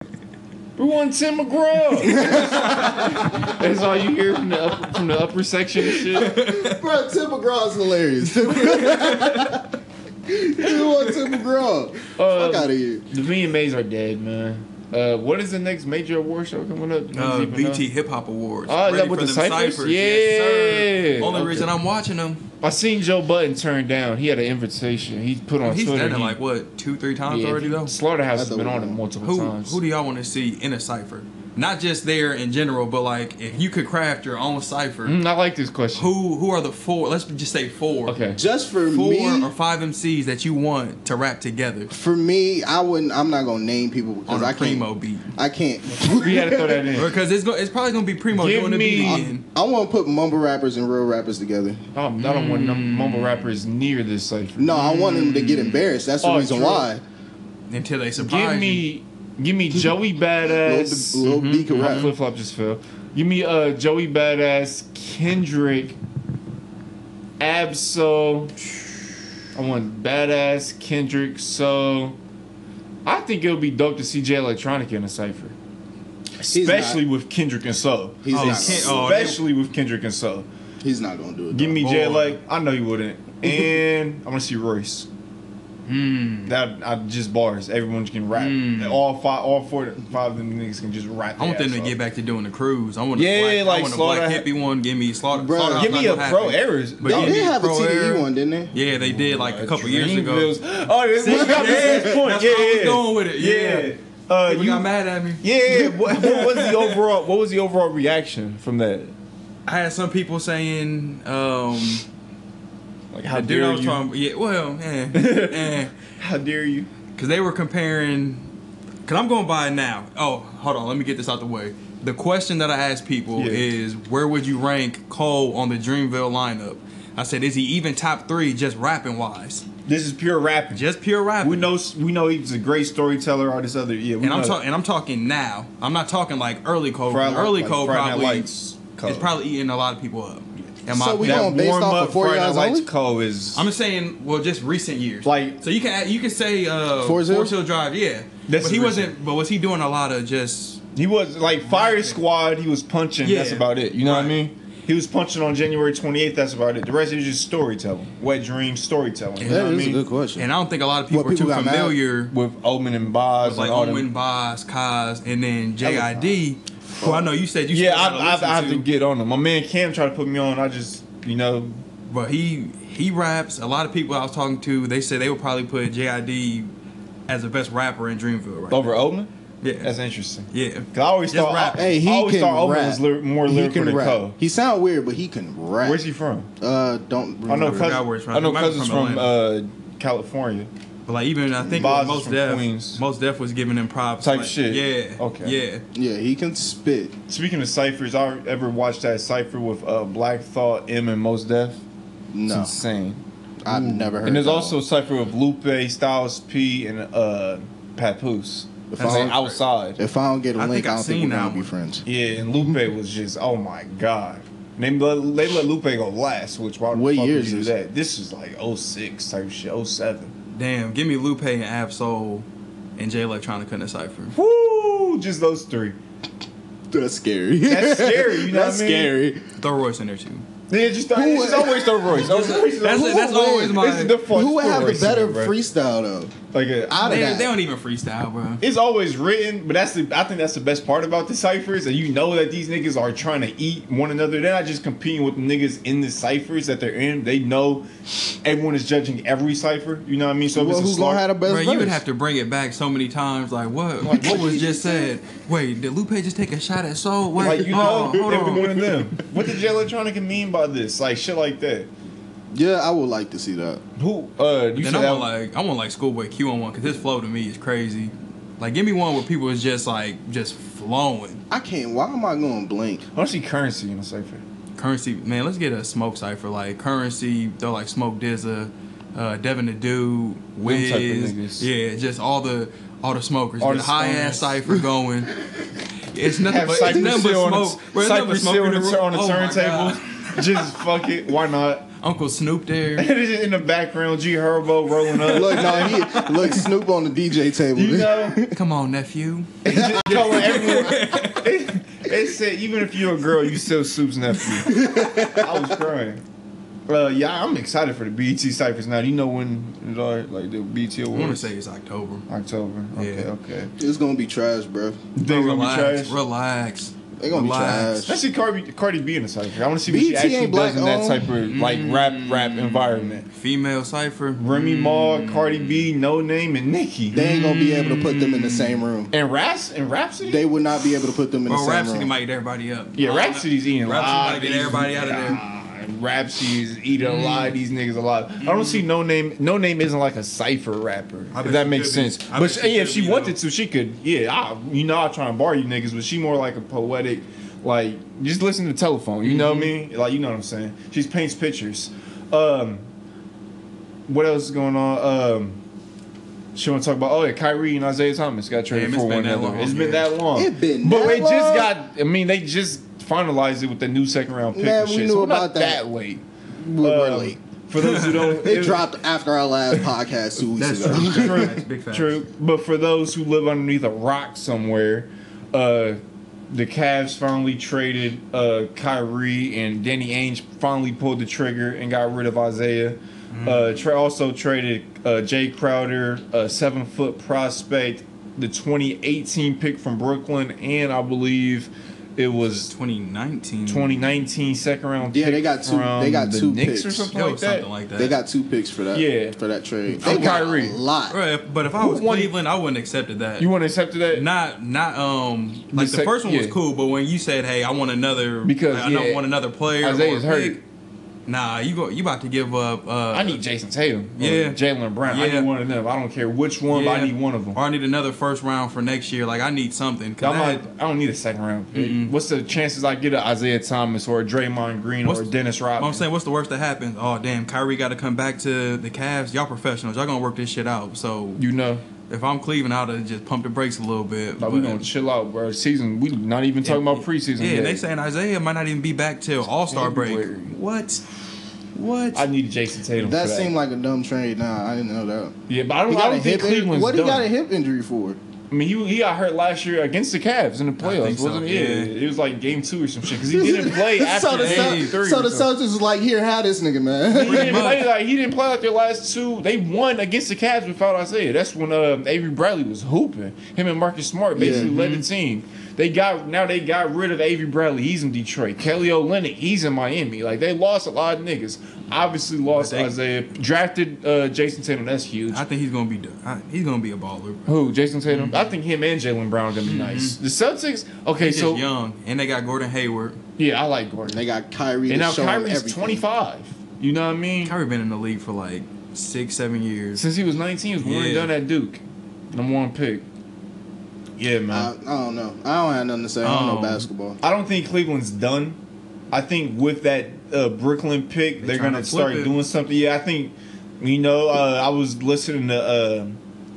S1: We want Tim McGraw. [LAUGHS] That's all you hear from the upper, from the upper section and shit.
S2: Bro, Tim McGraw's hilarious. [LAUGHS] Tim McGraw- you want Tim McGraw?
S1: Um,
S2: Fuck out of here.
S1: The VMAs are dead, man. Uh, what is the next major award show coming up? Do you
S3: Uh,
S1: even
S3: BT
S1: know?
S3: Hip Hop Awards.
S1: Oh, is
S3: Ready
S1: that with
S3: for
S1: the
S3: them
S1: ciphers?
S3: Yes, sir.
S1: Yeah.
S3: Only
S1: Okay.
S3: reason I'm watching them,
S1: I seen Joe Button turned down. He had an invitation. He put on
S3: he's
S1: Twitter.
S3: done it
S1: Oh, he-
S3: like what two, three times
S1: yeah,
S3: already though.
S1: Slaughterhouse
S2: That's
S1: has been
S2: a-
S1: on it multiple
S3: Who
S1: times.
S3: who do y'all want to see in a cipher? Not just there in general, but like if you could craft your own cipher,
S1: Mm, I like this question.
S3: who who are the four? Let's just say four.
S1: Okay.
S2: Just for
S3: Four
S2: me,
S3: or five MCs that you want to rap together
S2: for me, I wouldn't. I'm not gonna name people because
S3: on a
S2: I can't.
S3: primo beat.
S2: I can't.
S1: We
S2: [LAUGHS]
S1: had to throw that
S3: [LAUGHS]
S1: in.
S3: Because it's go, it's probably gonna be primo
S1: Give
S3: doing the
S1: me-
S3: beat
S2: I,
S3: again.
S2: want to put mumble rappers and real rappers together.
S1: Oh, I don't want num- mumble rappers near this cipher.
S2: No, I want them to get embarrassed. That's the
S1: Oh,
S2: reason
S1: true.
S2: why.
S3: until they surprise
S1: Give
S3: you.
S1: me, give me Joey Badass.
S2: Lil- Lil B can rap.
S1: My flip flop just fell. Give me uh Joey Badass, Kendrick, Absol. I want Badass Kendrick. So, I think it would be dope to see Jay Electronica in a cipher,
S2: not.
S1: especially with Kendrick and Soul.
S2: He's
S3: Oh,
S2: not.
S3: Ken-
S2: gonna,
S3: oh,
S1: Especially with Kendrick and Soul.
S2: he's not gonna do it.
S1: Give
S2: though.
S1: me Jay
S3: boy.
S1: like I know you wouldn't. And I want to see Royce. That I just bars. Everyone can rap. All five, all four, five of them niggas can just rap.
S3: I want
S1: their
S3: them to
S1: ass
S3: get
S1: off.
S3: back to doing the cruise. I want
S1: Yeah,
S3: a black,
S1: like
S3: I want a black
S1: Slaughter-
S3: hippie one. Give me slaughter.
S2: Bruh,
S3: Slaughterhouse
S1: Give
S3: Oh, not
S1: me a
S3: gonna
S1: pro
S3: happen.
S1: errors.
S3: But
S2: Y'all
S3: give me
S2: did have a
S3: Pro Era.
S2: TDE one, didn't they?
S3: Yeah, they did like a couple years ago.
S1: Dreamville's- Oh, this we got to this point.
S3: That's
S1: yeah,
S3: where I was
S1: yeah.
S3: going with it. Yeah.
S1: yeah. Uh,
S3: People
S1: you,
S3: got mad at me.
S1: yeah.
S3: [LAUGHS]
S1: What, what was the overall? What was the overall reaction from that?
S3: I had some people saying, um,
S1: Like
S3: the
S1: how
S3: dude I
S1: dare
S3: was
S1: you?
S3: talking, yeah, well,
S1: [LAUGHS]
S3: eh, eh.
S1: how dare you?
S3: Because they were comparing. Because I'm going by it now. Oh, hold on. Let me get this out the way. The question that I asked people
S1: Yeah.
S3: is where would you rank Cole on the Dreamville lineup? I said, is he even top three just rapping wise?
S1: This is pure rapping.
S3: Just pure rapping.
S1: we know. We know he's a great storyteller. All this other. Yeah. We
S3: And I'm
S1: know.
S3: talking. And I'm talking now. I'm not talking like early Cole.
S1: Friday-
S3: early
S1: like
S3: Cole
S1: Friday Night
S3: probably
S1: Lights Cole.
S3: is probably eating a lot of people up. In my
S2: So we
S3: opinion.
S2: going based off of 40
S1: Friday Night
S2: hours
S1: Lights
S2: only?
S1: Cole is.
S3: I'm just saying, well, just recent years.
S1: Like-
S3: so you can you can say uh,
S2: Forest Hill?
S3: Forest Hill Drive, yeah.
S1: That's
S3: but he
S1: recent.
S3: wasn't. But was he doing a lot of just
S1: he was like Fire Squad. He was punching. That's
S3: Yeah.
S1: about it. You know what I
S3: Right.
S1: mean? He was punching on January 28th. That's about it. The rest is just storytelling, wet dream storytelling. You know
S2: That
S1: what I
S2: is a
S1: mean?
S2: good question.
S3: And I don't think a lot of people,
S2: What, people
S3: are
S2: got
S3: too
S2: mad?
S3: familiar
S1: With Omen and Boz
S3: with like
S1: and all
S3: Owen,
S1: them.
S3: Boz, Kaz, and then JID. Who I know you said you
S1: Yeah,
S3: still
S1: I,
S3: gotta
S1: I,
S3: listen
S1: I have to
S3: to,
S1: get on him. My man Cam tried to put me on. I just, you know,
S3: but he he raps. A lot of people I was talking to, they said they would probably put JID as the best rapper in Dreamville right
S1: over Omen.
S3: now. Yeah,
S1: That's interesting.
S3: yeah.
S1: Cause I always
S3: Just
S1: thought,
S3: rap.
S2: Hey, he
S1: I always
S2: can
S1: thought Omen
S2: rap.
S1: was lyri- more
S2: he
S1: lyrical
S2: can
S1: than
S2: rap.
S1: Cole.
S2: He sound weird, but he can rap.
S1: Where's he from?
S2: Uh, don't.
S1: I know
S2: Remember.
S3: forgot where
S1: cousins.
S3: he's from.
S1: I know
S3: He might be
S1: cousins
S3: from
S1: from, uh, California.
S3: But like even I think
S1: Boz is
S3: most
S1: from Queens.
S3: deaf, most deaf was giving him props.
S1: Type
S3: like,
S1: shit.
S3: Yeah.
S1: Okay.
S3: Yeah.
S2: Yeah, he can spit.
S1: Speaking of ciphers, I ever watched that cipher with uh, Black Thought, M, and Most Def. It's
S2: No,
S1: insane.
S2: I've never heard.
S1: Mm. and there's
S2: that
S1: also a
S2: one.
S1: cipher with Lupe, Styles P, and uh, Papoose.
S2: If
S1: That's
S2: I-
S1: like outside.
S2: If I don't get a
S3: I
S2: link,
S3: think
S2: I
S3: I've
S2: don't think
S3: seen
S2: we're gonna
S3: that
S2: be
S3: one.
S2: friends.
S1: Yeah, and Lupe was just, oh my god. And They let, they let Lupe go last, which why the
S2: What
S1: fuck
S2: year
S1: would
S2: is
S1: you do
S2: this?
S1: that? This is like 06 type shit, 07.
S3: Damn. Give me Lupe and Absol and J Electronica and the Cipher.
S1: Woo! Just those three.
S2: That's
S1: [LAUGHS]
S2: scary.
S1: That's scary, you know
S2: That's
S1: what I mean?
S2: scary.
S3: Throw Royce in there too.
S1: Yeah, just throw, it's just always throw Royce.
S2: [LAUGHS]
S1: Always- always
S3: That's,
S1: throw-
S3: that's
S2: would
S3: always
S2: win?
S3: my.
S1: It's the default.
S2: Who would
S1: Throw
S2: have
S1: Royce
S2: a
S1: in
S2: better
S1: there, bro.
S2: freestyle though?
S1: Like uh, a,
S2: Out of
S3: they,
S2: that,
S3: they don't even freestyle, bro.
S1: it's always written, but that's the I think that's the best part about the ciphers, and you know that these niggas are trying to eat one another. They're not just competing with the niggas in the ciphers that they're in. They know everyone is judging every cipher. You know what I mean? So if
S2: well,
S1: it's a
S2: who's gonna
S1: slaughter-
S2: have the best
S3: Bro, you would
S2: verse?
S3: have to bring it back so many times. Like what? what was just said? Wait, did Lupe just take a shot at Soul?
S1: [LAUGHS]
S3: Wait,
S1: like you know,
S3: oh, hold
S1: if
S3: on.
S1: one of them. What did Jay Electronica mean by this? Like shit like that.
S2: Yeah, I would like to see that.
S1: Who? Uh, you
S3: Then
S1: said
S3: I
S1: that
S3: want like I want like Schoolboy Q on one because his flow to me is crazy. Like, give me one where people is just like just flowing.
S2: I can't. Why am I going blank?
S1: I want to see currency in a cipher.
S3: Currency, man. Let's get a smoke cipher. Like currency, throw like Smoke Dizza, uh, Devin the Dude,
S1: type of
S3: Wiz.
S1: niggas.
S3: Yeah, just all the all the smokers.
S1: All
S3: Get a
S1: the
S3: high ass
S1: stoners. [LAUGHS]
S3: cipher going. It's nothing
S1: Have
S3: but, it's
S1: Cypress
S3: nothing but
S1: Hill on
S3: smoke.
S1: the,
S3: Bro, it's nothing but
S1: Cypress
S3: smoke
S1: Hill
S3: in
S1: on
S3: the
S1: the,
S3: room.
S1: on the
S3: Oh my God.
S1: turntable. [LAUGHS] Just fuck it. Why not? [LAUGHS]
S3: Uncle Snoop there.
S1: It is in the background. G Herbo rolling up.
S2: Look, no,
S1: [LAUGHS]
S2: he look Snoop on the DJ table.
S1: you know,
S3: Come on, nephew.
S1: [LAUGHS]
S2: [LAUGHS]
S1: just calling everyone. It, it said even if you're a girl, you still Soup's nephew. I was crying. Uh, yeah, I'm excited for the BET Cyphers now. You know when it's all right, like the BET
S3: I want to
S1: Awards?
S3: say it's October.
S1: October. Okay,
S3: Yeah.
S1: okay.
S2: It's gonna be trash, bro.
S1: Things gonna be
S3: relax,
S1: trash.
S3: Relax.
S2: They gonna be
S3: Relax.
S2: trash.
S1: Let's see Cardi, Cardi B in a cipher. I want to see what she
S2: BET
S1: actually
S2: E ain't
S1: does in that
S2: black-owned.
S1: type of like
S3: Mm.
S1: rap rap environment.
S3: Female cipher.
S1: Remy Ma, Cardi B, No Name, and Nicki.
S2: They ain't gonna be able to put them in the same room.
S1: and Raps and Rhapsody.
S2: They would not be able to put them in the
S3: Well,
S2: same
S3: Rhapsody
S2: room.
S3: might get everybody up.
S1: yeah, Rhapsody's eating a
S3: Rhapsody
S1: lot.
S3: might
S1: of
S3: get
S1: these-
S3: everybody out of there.
S1: Nah, Rhapsody's eating a lot of these niggas alive. I don't see No Name. No Name isn't like a cipher rapper.
S3: I
S1: If
S3: bet
S1: that
S3: she
S1: makes
S3: could be.
S1: sense.
S3: I
S1: But
S3: bet
S1: she-
S3: she
S1: yeah, if
S3: could
S1: she
S3: be,
S1: wanted
S3: though.
S1: to, she could. Yeah, I, you know, I try and bar you niggas, but she more like a poetic. Like, just listen to telephone. You know what I mean? Like, you know what I'm saying? She paints pictures. Um, what else is going on? Um, she want to talk about? Oh yeah, Kyrie and Isaiah Thomas got traded
S3: Damn, it's
S1: for
S3: been
S1: one
S3: that
S1: another.
S3: long,
S1: It's been
S3: yeah.
S1: that long.
S2: It been
S1: but
S2: that
S1: they just
S2: long?
S1: got. I mean, they just finalized it with the new second round pick.
S2: Man,
S1: and
S2: we
S1: shit,
S2: knew
S1: so we're not
S2: about that.
S1: that late.
S2: We're
S1: Um,
S2: late.
S1: For those who
S2: [LAUGHS]
S1: don't,
S2: They
S1: it-
S2: dropped after our last podcast two weeks
S3: That's
S2: ago.
S3: true.
S1: True.
S3: That's big facts.
S1: True, but for those who live underneath a rock somewhere, uh, the Cavs finally traded uh, Kyrie and Danny Ainge finally pulled the trigger and got rid of Isaiah. Uh,
S3: Mm-hmm.
S1: tra- also traded uh, Jay Crowder, a seven foot prospect, the 2018 pick from Brooklyn, and I believe it was
S3: 2019.
S1: 2019 second round.
S2: Yeah,
S1: pick
S2: they got two-
S1: from
S2: they got
S1: the
S2: two
S1: Knicks or
S2: picks.
S1: something
S3: It
S1: like
S3: was
S1: that.
S3: something like
S2: [LAUGHS]
S3: that.
S2: They got two picks for that.
S1: Yeah.
S2: for that trade.
S1: I'm
S2: They got
S1: Kyrie.
S2: a lot.
S3: Bruh, But if I
S1: Who
S3: was
S1: won-
S3: Cleveland, I wouldn't accepted that.
S1: you want to accept that?
S3: not not um like the,
S1: sec-
S3: first one was
S1: yeah.
S3: cool, but when you said, "Hey, I want another,"
S1: Because,
S3: I don't
S1: yeah,
S3: want another player. or
S1: Isaiah's
S3: a
S1: hurt.
S3: pick," Nah, you go. You about to give up? Uh,
S1: I need Jason Tatum. or
S3: Yeah.
S1: Jalen Brown. I
S3: Yeah.
S1: need one of them. I don't care which one, but I
S3: yeah.
S1: need one of them.
S3: Or I need another first round for next year. Like I need something. 'Cause
S1: I'm
S3: that-
S1: not, I don't need a second round pick. What's the chances I get a Isaiah Thomas or a Draymond Green
S3: What's-
S1: or a Dennis Rodman?
S3: I'm saying, what's the worst that happens? Oh damn, Kyrie got to come back to the Cavs. Y'all professionals. Y'all gonna work this shit out. So
S1: you know,
S3: if I'm Cleveland, I'd have just pumped the brakes a little bit.
S1: like we
S3: but-
S1: gonna chill out, bro. Season, we not even talking about preseason.
S3: Yeah,
S1: yet.
S3: they saying Isaiah might not even be back till All Star break.
S1: February.
S3: What? What?
S1: I need Jason Tatum.
S2: That
S1: for
S2: seemed like a dumb trade. Nah, I didn't know that.
S1: yeah, but I don't,
S2: He
S1: I
S2: got a
S1: don't think
S2: hip injury.
S1: Cleveland's
S2: What
S1: done.
S2: he got a hip injury for?
S1: I mean, he, he got hurt last year against the Cavs in the playoffs,
S3: think so,
S1: wasn't he? Yeah.
S3: yeah.
S1: it was like game two or some shit because he
S3: [LAUGHS]
S1: didn't play after
S2: [LAUGHS] so the,
S1: game
S2: Celt-
S1: three.
S2: so
S1: or
S2: the
S1: something.
S2: Celtics was like, here, have this nigga, man. [LAUGHS]
S1: He didn't
S3: much.
S1: play like he didn't play like their last two. They won against the Cavs without Isaiah. That's when uh, Avery Bradley was hooping. Him and Marcus Smart basically
S2: Yeah.
S1: led the
S3: mm-hmm.
S1: team. They got now they got rid of Avery Bradley. He's in Detroit. Kelly Olynyk. He's in Miami. Like they lost a lot of niggas. Obviously lost
S3: But they-
S1: Isaiah. Drafted uh, Jason Tatum. That's huge.
S3: I think he's gonna be done. I- He's gonna be a baller. Bro.
S1: Who Jason Tatum? I think him and Jalen Brown are gonna be nice. The Celtics. Okay,
S3: He's
S1: so
S3: just young, and Mm-hmm. they got Gordon Hayward.
S1: yeah, I like Gordon.
S2: they got Kyrie.
S1: And
S2: to
S1: now
S2: show him
S1: Kyrie's
S2: everything.
S1: twenty five. You know what I mean?
S3: Kyrie been in the league for like six, seven years.
S1: Since he was 19, he was one
S3: Yeah.
S1: and done at Duke. Number one pick. Yeah, man.
S2: I, I don't know. I don't have nothing to say. I don't
S3: Oh.
S1: Um,
S2: know basketball.
S1: I don't think Cleveland's done. I think with that uh, Brooklyn pick,
S3: They
S1: they are
S3: tryna
S1: gonna
S3: flip
S1: start
S3: it.
S1: doing something. Yeah, I think you know. Uh, I was listening to uh,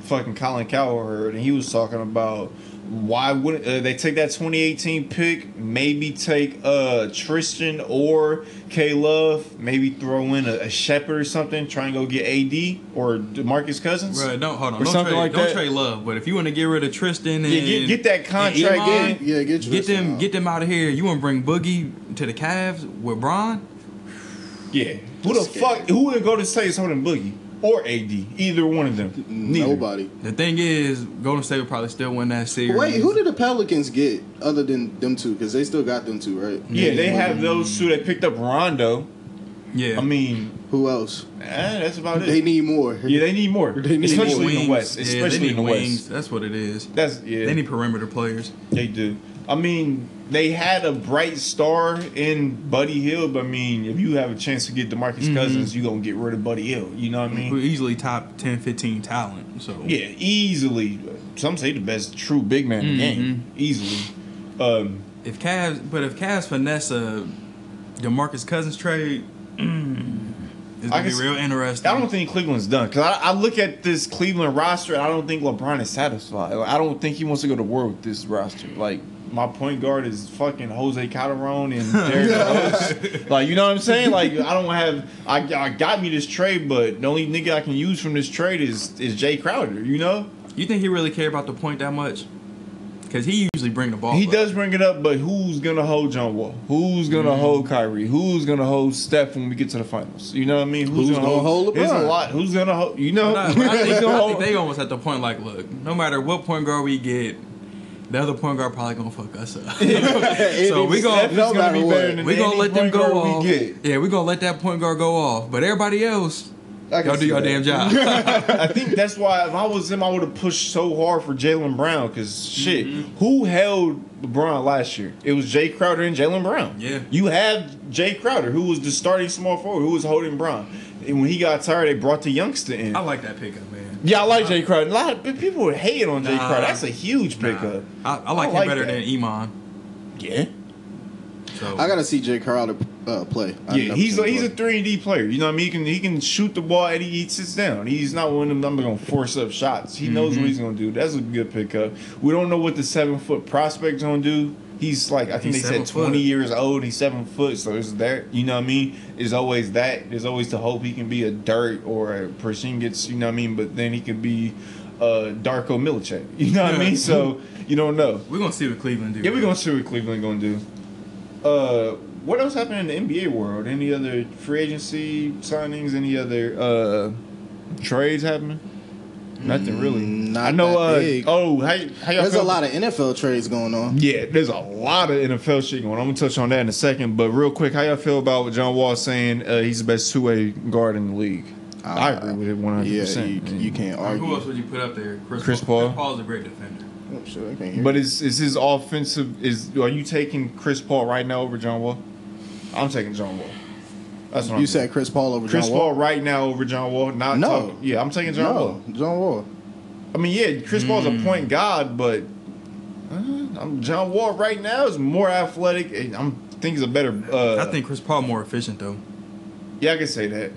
S1: fucking Colin Cowherd, and he was talking about why wouldn't uh, they take that 2018 pick? Maybe take uh, Tristan or K Love. Maybe throw in a, a Shepherd or something. Try and go get AD or Demarcus Cousins.
S3: Bro, don't hold on.
S1: Or
S3: Don't
S1: something
S3: trade,
S1: like
S3: don't
S1: that.
S3: trade Love, but if you want to get rid of Tristan and
S1: Yeah, get, get that
S3: and
S1: contract
S3: Iman,
S1: in.
S2: Yeah, get your
S3: Get them,
S2: out.
S3: get them out of here. You want to bring Boogie to the Cavs with Bron?
S1: Yeah. Who the
S2: That's scary.
S1: fuck? Who would go to say it's holding Boogie or AD? Either one of them. Neither.
S2: Nobody.
S3: The thing is, Golden State would probably still win that series.
S2: Wait, who did the Pelicans get other than them two? Because they still got them two, right?
S1: Yeah, they have those two. They picked up Rondo.
S3: Yeah,
S1: I mean,
S2: Who else?
S1: eh, that's about it.
S2: They need more.
S1: [LAUGHS] yeah, they need more,
S2: They need
S1: especially
S2: more.
S1: in the West.
S3: Yeah, they
S1: Especially
S3: need
S1: in the
S3: wings.
S1: West.
S3: That's what it is.
S1: That's yeah.
S3: They need perimeter players.
S1: They do. I mean, they had a bright star in Buddy Hill, but I mean, if you have a chance to get DeMarcus Cousins, you gonna get rid of Buddy Hill. You know what I mean?
S3: We're easily top 10, 15 talent. So
S1: Yeah, easily. some say the best true big man in the game easily. Um,
S3: If Cavs, but if Cavs finesse a Demarcus Cousins trade, [CLEARS THROAT] it's
S1: I
S3: gonna be
S1: can s-
S3: real interesting.
S1: I don't think Cleveland's done because I, I look at this Cleveland roster and I don't think LeBron is satisfied. Like, I don't think he wants to go to war with this roster. Like my point guard is fucking Jose Calderon
S2: [LAUGHS]
S1: and Derrick Rose. Like you know what I'm saying? Like I don't have I, I got me this trade, but the only nigga I can use from this trade is is Jay Crowder. You know
S3: You think he really care about the point that much? Because he usually bring the ball.
S1: he
S3: up.
S1: does bring it up, but who's gonna hold John Wall? Who's gonna
S2: Mm-hmm.
S1: hold Kyrie? Who's gonna hold Steph when we get to the finals? You know what I mean?
S2: Who's gonna hold
S1: There's a
S2: LeBron?
S1: lot. Who's gonna hold? You know?
S3: No, but I
S1: Who's [LAUGHS]
S3: think,
S1: gonna
S3: I
S1: hold-
S3: think they almost at the point like, look, no matter what point guard we get, the other point guard probably gonna fuck us up. so we
S1: Steph
S3: gonna
S1: is
S2: No
S1: gonna
S2: matter
S1: be
S2: what.
S1: better than
S3: we gonna
S1: any
S3: let them
S1: point guard
S3: go off.
S1: We get.
S3: Yeah, we gonna let that point guard go off. But everybody else,
S1: I can
S3: y'all do
S1: see
S3: your
S1: that. [LAUGHS]
S3: damn job.
S1: I think that's why if I was him, I would have pushed so hard for Jalen Brown because shit,
S3: Mm-hmm.
S1: who held LeBron last year? It was Jay Crowder and Jalen Brown.
S3: Yeah.
S1: you have Jay Crowder, who was the starting small forward, who was holding Brown, and when he got tired, they brought the youngster in.
S3: I like that pickup, man.
S1: yeah, I like Jay Crowder. A lot of pe- people would hate on Jay
S3: Nah.
S1: Crowder. That's a huge pickup.
S3: I, I like him better than Iman.
S1: yeah.
S3: So
S2: I gotta see Jay Crowder uh, play. I've
S1: Yeah,
S2: never
S1: he's
S2: seen
S1: a,
S2: him
S1: he's a
S2: play.
S1: three and D player. You know what I mean? He can he can shoot the ball and he sits down. He's not one of them. I'm gonna force up shots. He knows
S2: Mm-hmm.
S1: what he's gonna do. That's a good pickup. We don't know what the seven foot prospect's gonna do. He's like I think
S3: He's
S1: they said
S3: seven foot.
S1: twenty years old. He's seven foot, so it's there. You know what I mean? There's always that. There's always the hope he can be a dirt or a Porzingis. You know what I mean? But then he could be uh, Darko Milicic. [LAUGHS] You know what I mean? So you don't know.
S3: we're gonna see what Cleveland do.
S1: Yeah, we're gonna see what Cleveland gonna do. Uh, what else happened in the NBA world? Any other free agency signings? Any other uh, trades happening? Nothing really.
S2: Mm, not
S1: I know.
S2: that
S1: Uh,
S2: big.
S1: Oh, how, how y'all
S2: There's
S1: feel-
S2: a lot of NFL trades going on.
S1: Yeah, there's a lot of NFL shit going. on. I'm gonna touch on that in a second, but real quick, how y'all feel about what John Wall saying uh, he's the best two way guard in the league? I
S2: Uh,
S1: agree with it 100.
S2: Yeah, you,
S1: percent
S2: you can't argue.
S3: Who else would you put up there? Chris,
S1: Chris
S3: Paul.
S1: Paul.
S3: Chris Paul's a great defender.
S2: Oh, shit, I can't hear.
S1: But is is his offensive is are you taking Chris Paul right now over John Wall? I'm taking John Wall. That's what
S2: you
S1: I'm
S2: said Chris Paul over
S1: Chris
S2: John
S1: Paul
S2: Wall.
S1: right now over John Wall. Not
S2: No.
S1: talking- yeah, I'm taking John Wall.
S2: No, John Wall.
S1: I mean, yeah, Chris Paul's
S3: Hmm.
S1: a point guard, but uh, I'm John Wall right now is more athletic. And I'm think he's a better. Uh,
S3: I think Chris Paul more efficient though.
S1: yeah, I can say that.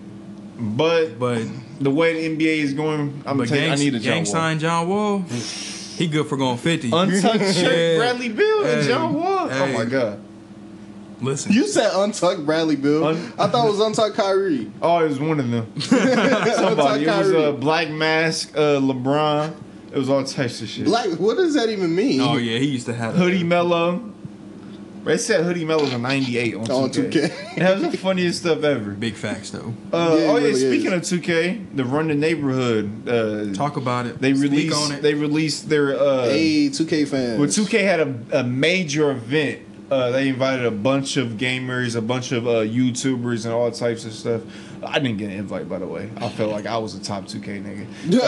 S1: But
S3: But
S1: the way the NBA is going, I'm
S3: but
S1: taking.
S3: gang,
S1: I need a John
S3: gang
S1: Wall.
S3: [LAUGHS] signed
S1: [SIGHS]
S3: John Wall. He good for going fifty.
S1: Untouched
S3: Yeah.
S1: Bradley Bill and
S3: Hey.
S1: John Wall. Oh
S3: Hey.
S1: my god.
S3: Listen,
S2: You said untucked Bradley Bill.
S1: Un-
S2: I thought it was
S1: [LAUGHS]
S2: untucked Kyrie. [LAUGHS]
S1: Oh, it was one of them. Somebody. It was
S2: Kyrie.
S1: uh, Black Mask, uh, LeBron. It was all types of shit.
S2: Like, what does that even mean?
S3: oh yeah, he used to have
S1: Hoodie Mello. They said Hoodie Mello's a 98 on 2K.
S2: On 2K.
S1: that was the funniest stuff ever.
S3: Big facts though.
S1: Uh,
S2: Yeah,
S1: oh
S2: it
S1: yeah,
S2: really
S1: speaking of 2K, the Run the Neighborhood. Uh,
S3: Talk about it.
S1: They
S3: Speak
S1: released.
S3: on it.
S1: They released their. Uh,
S2: Hey, 2K fans.
S1: well, 2K had a, a major event. Uh, they invited a bunch of gamers, a bunch of uh, YouTubers, and all types of stuff. I didn't get an invite, by the way. I felt like I was a top 2K nigga.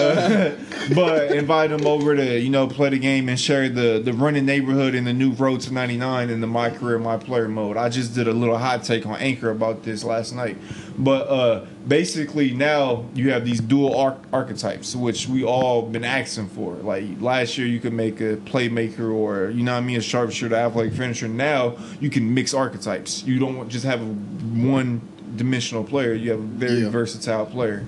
S1: Uh, [LAUGHS] but invited them over to, you know, play the game and share the, the running neighborhood and the new Road to 99 in the My Career, My Player mode. I just did a little hot take on Anchor about this last night. But uh, basically, now you have these dual arch- archetypes, which we all been asking for. Like last year, you could make a playmaker or you know what I mean, a sharpshooter, athletic finisher. Now you can mix archetypes. You don't just have a one-dimensional player. You have a very
S2: Yeah.
S1: versatile player,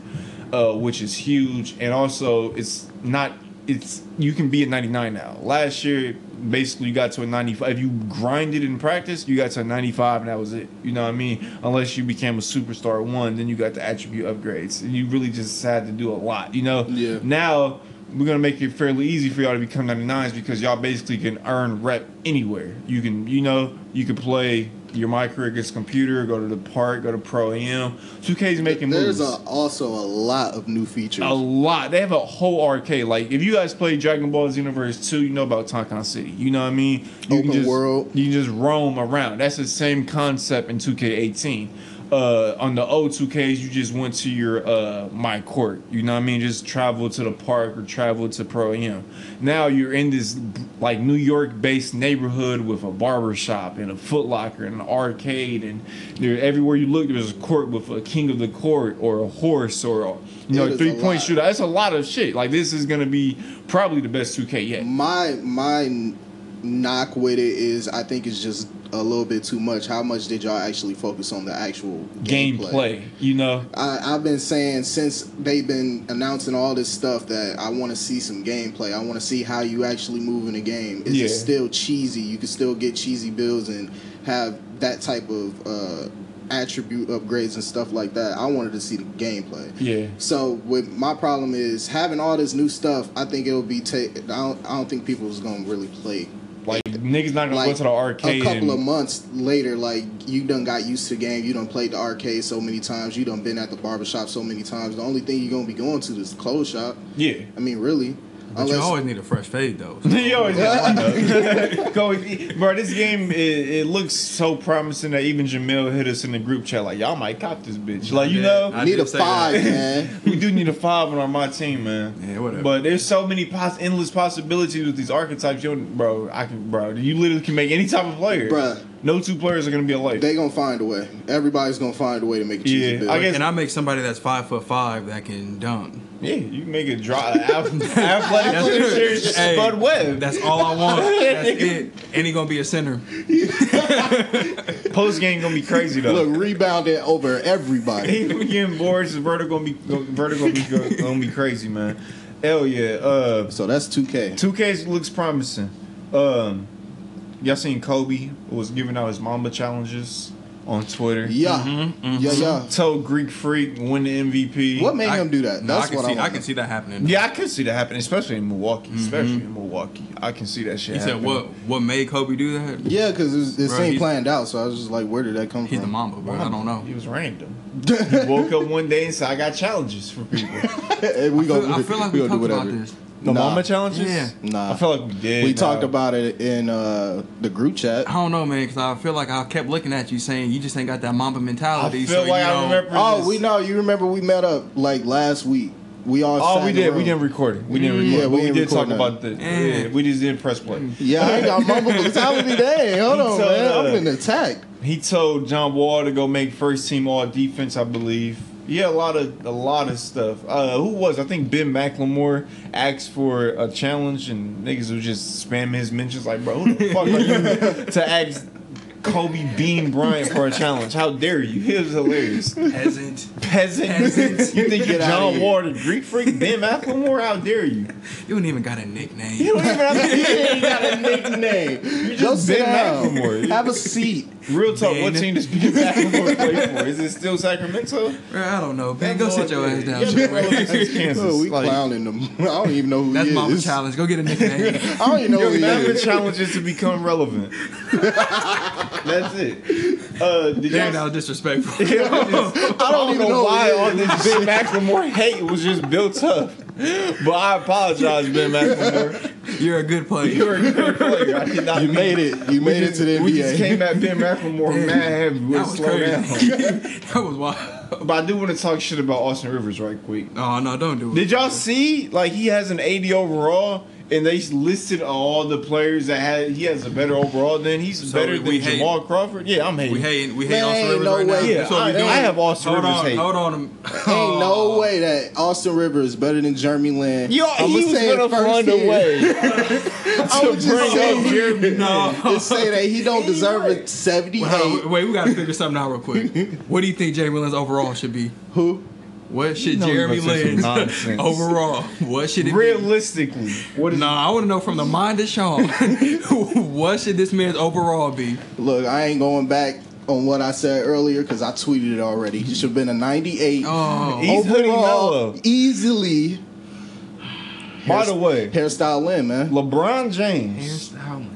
S1: uh, which is huge. And also, it's not. It's you can be a 99 now. Last year, basically, you got to a 95. If you grinded in practice, you got to a 95, and that was it. You know what I mean? Unless you became a superstar one, then you got the attribute upgrades, and you really just had to do a lot. You know?
S2: Yeah.
S1: Now we're gonna make it fairly easy for y'all to become 99s because y'all basically can earn rep anywhere. You can, you know, you can play your micro against computer, go to the park, go to pro am. 2K's making
S2: There's
S1: moves.
S2: a, also a lot of new features.
S1: A lot. They have a whole arcade. Like if you guys play Dragon Ball Xenoverse 2, you know about Tonkan City. You know what I mean? You
S2: Open
S1: just,
S2: world.
S1: You can just roam around. That's the same concept in 2K18. uh, on the O2Ks, you just went to your uh, my court. You know what I mean? Just travel to the park or travel to pro am. Now you're in this like New York based neighborhood with a barber shop and a Foot Locker and an arcade and there everywhere you look there's a court with a king of the court or a horse or a, you know
S2: It is a
S1: three point
S2: lot.
S1: shooter. That's a lot of shit. Like this is gonna be probably the best 2K yet.
S2: My my n- knock with it is I think it's just a little bit too much. How much did y'all actually focus on the actual
S1: Gameplay, you know.
S2: I, I've been saying since they've been announcing all this stuff that I want to see some gameplay. I want to see how you actually move in the game. Is
S1: Yeah.
S2: it still cheesy? You can still get cheesy builds and have that type of uh, attribute upgrades and stuff like that. I wanted to see the gameplay.
S1: Yeah.
S2: So with my problem is having all this new stuff. I think it'll be. Ta- I don't. I don't think people is gonna really play
S1: Like niggas not gonna
S2: like
S1: go to the arcade
S2: a couple
S1: and
S2: of months later like you done got used to the game you done played the arcade so many times you done been at the barbershop so many times the only thing you're gonna be going to is the clothes shop
S1: [LAUGHS] yeah.
S2: i mean really
S3: But you always need a fresh fade though. so-
S1: [LAUGHS] You always got one though. Go with- bro, this game it, it looks so promising that even Jamil hit us in the group chat like y'all might cop this bitch. Like you
S3: Yeah,
S1: know,
S3: I
S2: need
S3: did
S2: a
S3: say that.
S2: five man
S1: [LAUGHS] we do need a five on our my team, man.
S3: Yeah, whatever.
S1: But there's so many pos- endless possibilities with these archetypes. You don't- bro, I can, bro, you literally can make any type of player.
S2: Bruh.
S1: no two players are gonna be alike.
S2: they gonna find a way everybody's gonna find a way to make a cheesy
S1: Yeah,
S2: build.
S1: I guess-
S3: And I make somebody that's five foot five that can dunk.
S1: yeah, you can make a drop athletic finisher,
S3: Hey,
S1: Spud Webb.
S3: That's all I want. That's it. And he gonna be a center.
S1: Post game gonna be crazy though.
S2: look rebounded over
S1: [LAUGHS]
S2: everybody
S1: Even getting boards, Vertigo gonna be Vertigo gonna be, gonna be crazy, man. Hell yeah. Uh,
S2: so that's 2k
S1: 2K looks promising. Um, y'all seen Kobe was giving out his mama challenges on Twitter.
S2: yeah
S3: Mm-hmm,
S2: yeah yeah
S1: Told Greek Freak win the MVP.
S2: what made
S3: I-
S2: him do that
S3: No,
S2: that's
S3: I can
S2: what
S3: see.
S2: i want
S3: can see that happening.
S1: Yeah, I can see that happening, especially in Milwaukee. Especially in Milwaukee, I can see that shit.
S3: He said,
S1: happening.
S3: "What? What made Kobe do that?
S2: yeah because this
S3: Bro,
S2: ain't
S3: he's-
S2: planned out so i was just like where did that come
S3: He's the
S2: from [LAUGHS]
S3: mamba, bro. I don't know.
S1: It was random. He woke up one day and said, "I got challenges for people."
S2: Hey, we
S3: I
S2: gonna
S3: feel, I feel like we
S2: gonna
S3: talked
S2: do
S3: about
S2: whatever.
S3: this.
S1: The
S2: Nah.
S1: mama challenges.
S3: Yeah.
S2: Nah.
S1: I felt like we did.
S2: We
S1: nah.
S2: talked about it in uh, the group chat.
S3: I don't know, man, because I feel like I kept looking at you saying you just ain't got that mamba
S1: I
S3: mentality.
S1: feel
S3: so,
S1: like
S3: you
S1: I
S3: know,
S1: remember.
S2: Oh,
S1: this.
S2: we know. You remember we met up like last week. We all. sat
S1: Oh, we
S2: in the
S1: did. We
S2: room.
S1: didn't record it. We didn't
S2: Mm.
S1: record. it.
S2: Yeah, we
S1: but we
S2: didn't
S1: did talk
S2: record
S1: about the.
S3: Mm.
S1: Yeah, we just didn't press play.
S2: Yeah, I ain't got mumble
S1: [LAUGHS]
S2: mentality. Dang, hold
S1: He
S2: on,
S1: told,
S2: man.
S1: uh,
S2: I'm
S1: [LAUGHS]
S2: getting attacked.
S1: He told John Wall to go make first team all defense, I believe. Yeah, a lot of a lot of stuff. Uh, who was? I think Ben McLemore asked for a challenge, and niggas was just spamming his mentions like, "Bro, who the fuck are you to ask Kobe Bean Bryant for a challenge? How dare you?" He was hilarious.
S3: peasant.
S1: Peasant,
S3: Peasant.
S1: you think you're
S2: Get outta
S1: John
S2: here.
S1: Wall, the Greek freak, Ben McLemore? How dare you?
S3: You don't even got a
S1: [LAUGHS]
S3: nickname.
S1: You don't even have to
S2: He ain't got a nickname. You
S1: just
S2: Go sit
S1: Ben
S2: down.
S1: McLemore.
S2: [LAUGHS] Have
S1: [LAUGHS]
S2: a seat.
S1: Real talk, what
S3: Ben.
S1: team does Ben McLemore play for? Is it still Sacramento?
S3: Bro, I don't know, man. Go sit your ass down.
S1: Yeah,
S3: somewhere.
S1: bro, this is Kansas.
S2: Oh, we
S1: Like,
S2: clowning them. [LAUGHS] I don't even know who
S3: That's
S2: he
S3: mamba
S2: is.
S3: challenge. Go get a nickname.
S2: I don't even know
S1: Your
S2: who he
S1: master
S2: is.
S1: challenge is to become relevant. That's it. Uh, did
S3: They're
S1: y'all,
S3: now disrespectful.
S1: [LAUGHS] I don't even know why all this Ben McLemore hate was just built up. But I apologize, Ben
S2: [LAUGHS]
S1: McLemore.
S3: You're a good player.
S1: You're a [LAUGHS] good player. I did not
S2: You
S1: mean-
S2: made it. You made it to the
S1: We just
S2: NBA.
S1: came at Ben McLemore mad heavy.
S3: that
S1: We're
S3: was
S1: slow
S3: crazy.
S1: down.
S3: [LAUGHS] that was wild.
S1: But I do want to talk shit about Austin Rivers right quick.
S3: Oh no, don't do it.
S1: Did y'all see? Like he has an 80 overall, and they listed all the players that had he has a better overall than. He's
S3: So
S1: better
S3: we-
S1: than
S3: we hate-
S1: Jamal Crawford. Yeah, I'm hating.
S3: We hate we hate
S2: Man,
S3: Austin
S2: ain't
S3: Rivers
S2: no
S3: right
S2: way.
S3: now.
S1: Yeah,
S3: That's what
S1: I,
S3: we doing.
S1: I have Austin
S3: hold
S1: Rivers
S3: on,
S1: hate.
S3: hold on.
S2: Ain't no
S3: [LAUGHS]
S2: way that Austin Rivers is better than Jeremy Lin.
S1: Yo,
S2: I'ma
S1: he was
S2: say it
S1: gonna
S2: first
S1: find
S2: here.
S1: a [LAUGHS] way
S2: I
S1: to
S2: was just
S1: bring up
S2: saying,
S1: Jeremy. [LAUGHS]
S3: No.
S2: just say that he don't deserve a
S3: Hold on, wait,
S2: 78.
S3: wait, we gotta figure something out real quick. What do you think Jeremy Lin's overall should be?
S2: Who?
S3: What should
S1: know
S3: Jeremy
S1: you're gonna say some
S3: Lin's
S1: nonsense.
S3: [LAUGHS] overall? What should it be?
S1: Realistically, what is
S3: Nah, I want to know from the mind of
S1: [LAUGHS]
S3: Sean. [LAUGHS] what should this man's overall be?
S2: Look, I ain't going back on what I said earlier because I tweeted it already. He should have been a 98.
S3: Oh,
S1: He's Hoodie Mellow.
S2: easily.
S1: By the way,
S2: Hairstyle Lin, man.
S1: LeBron James,
S3: here's how much.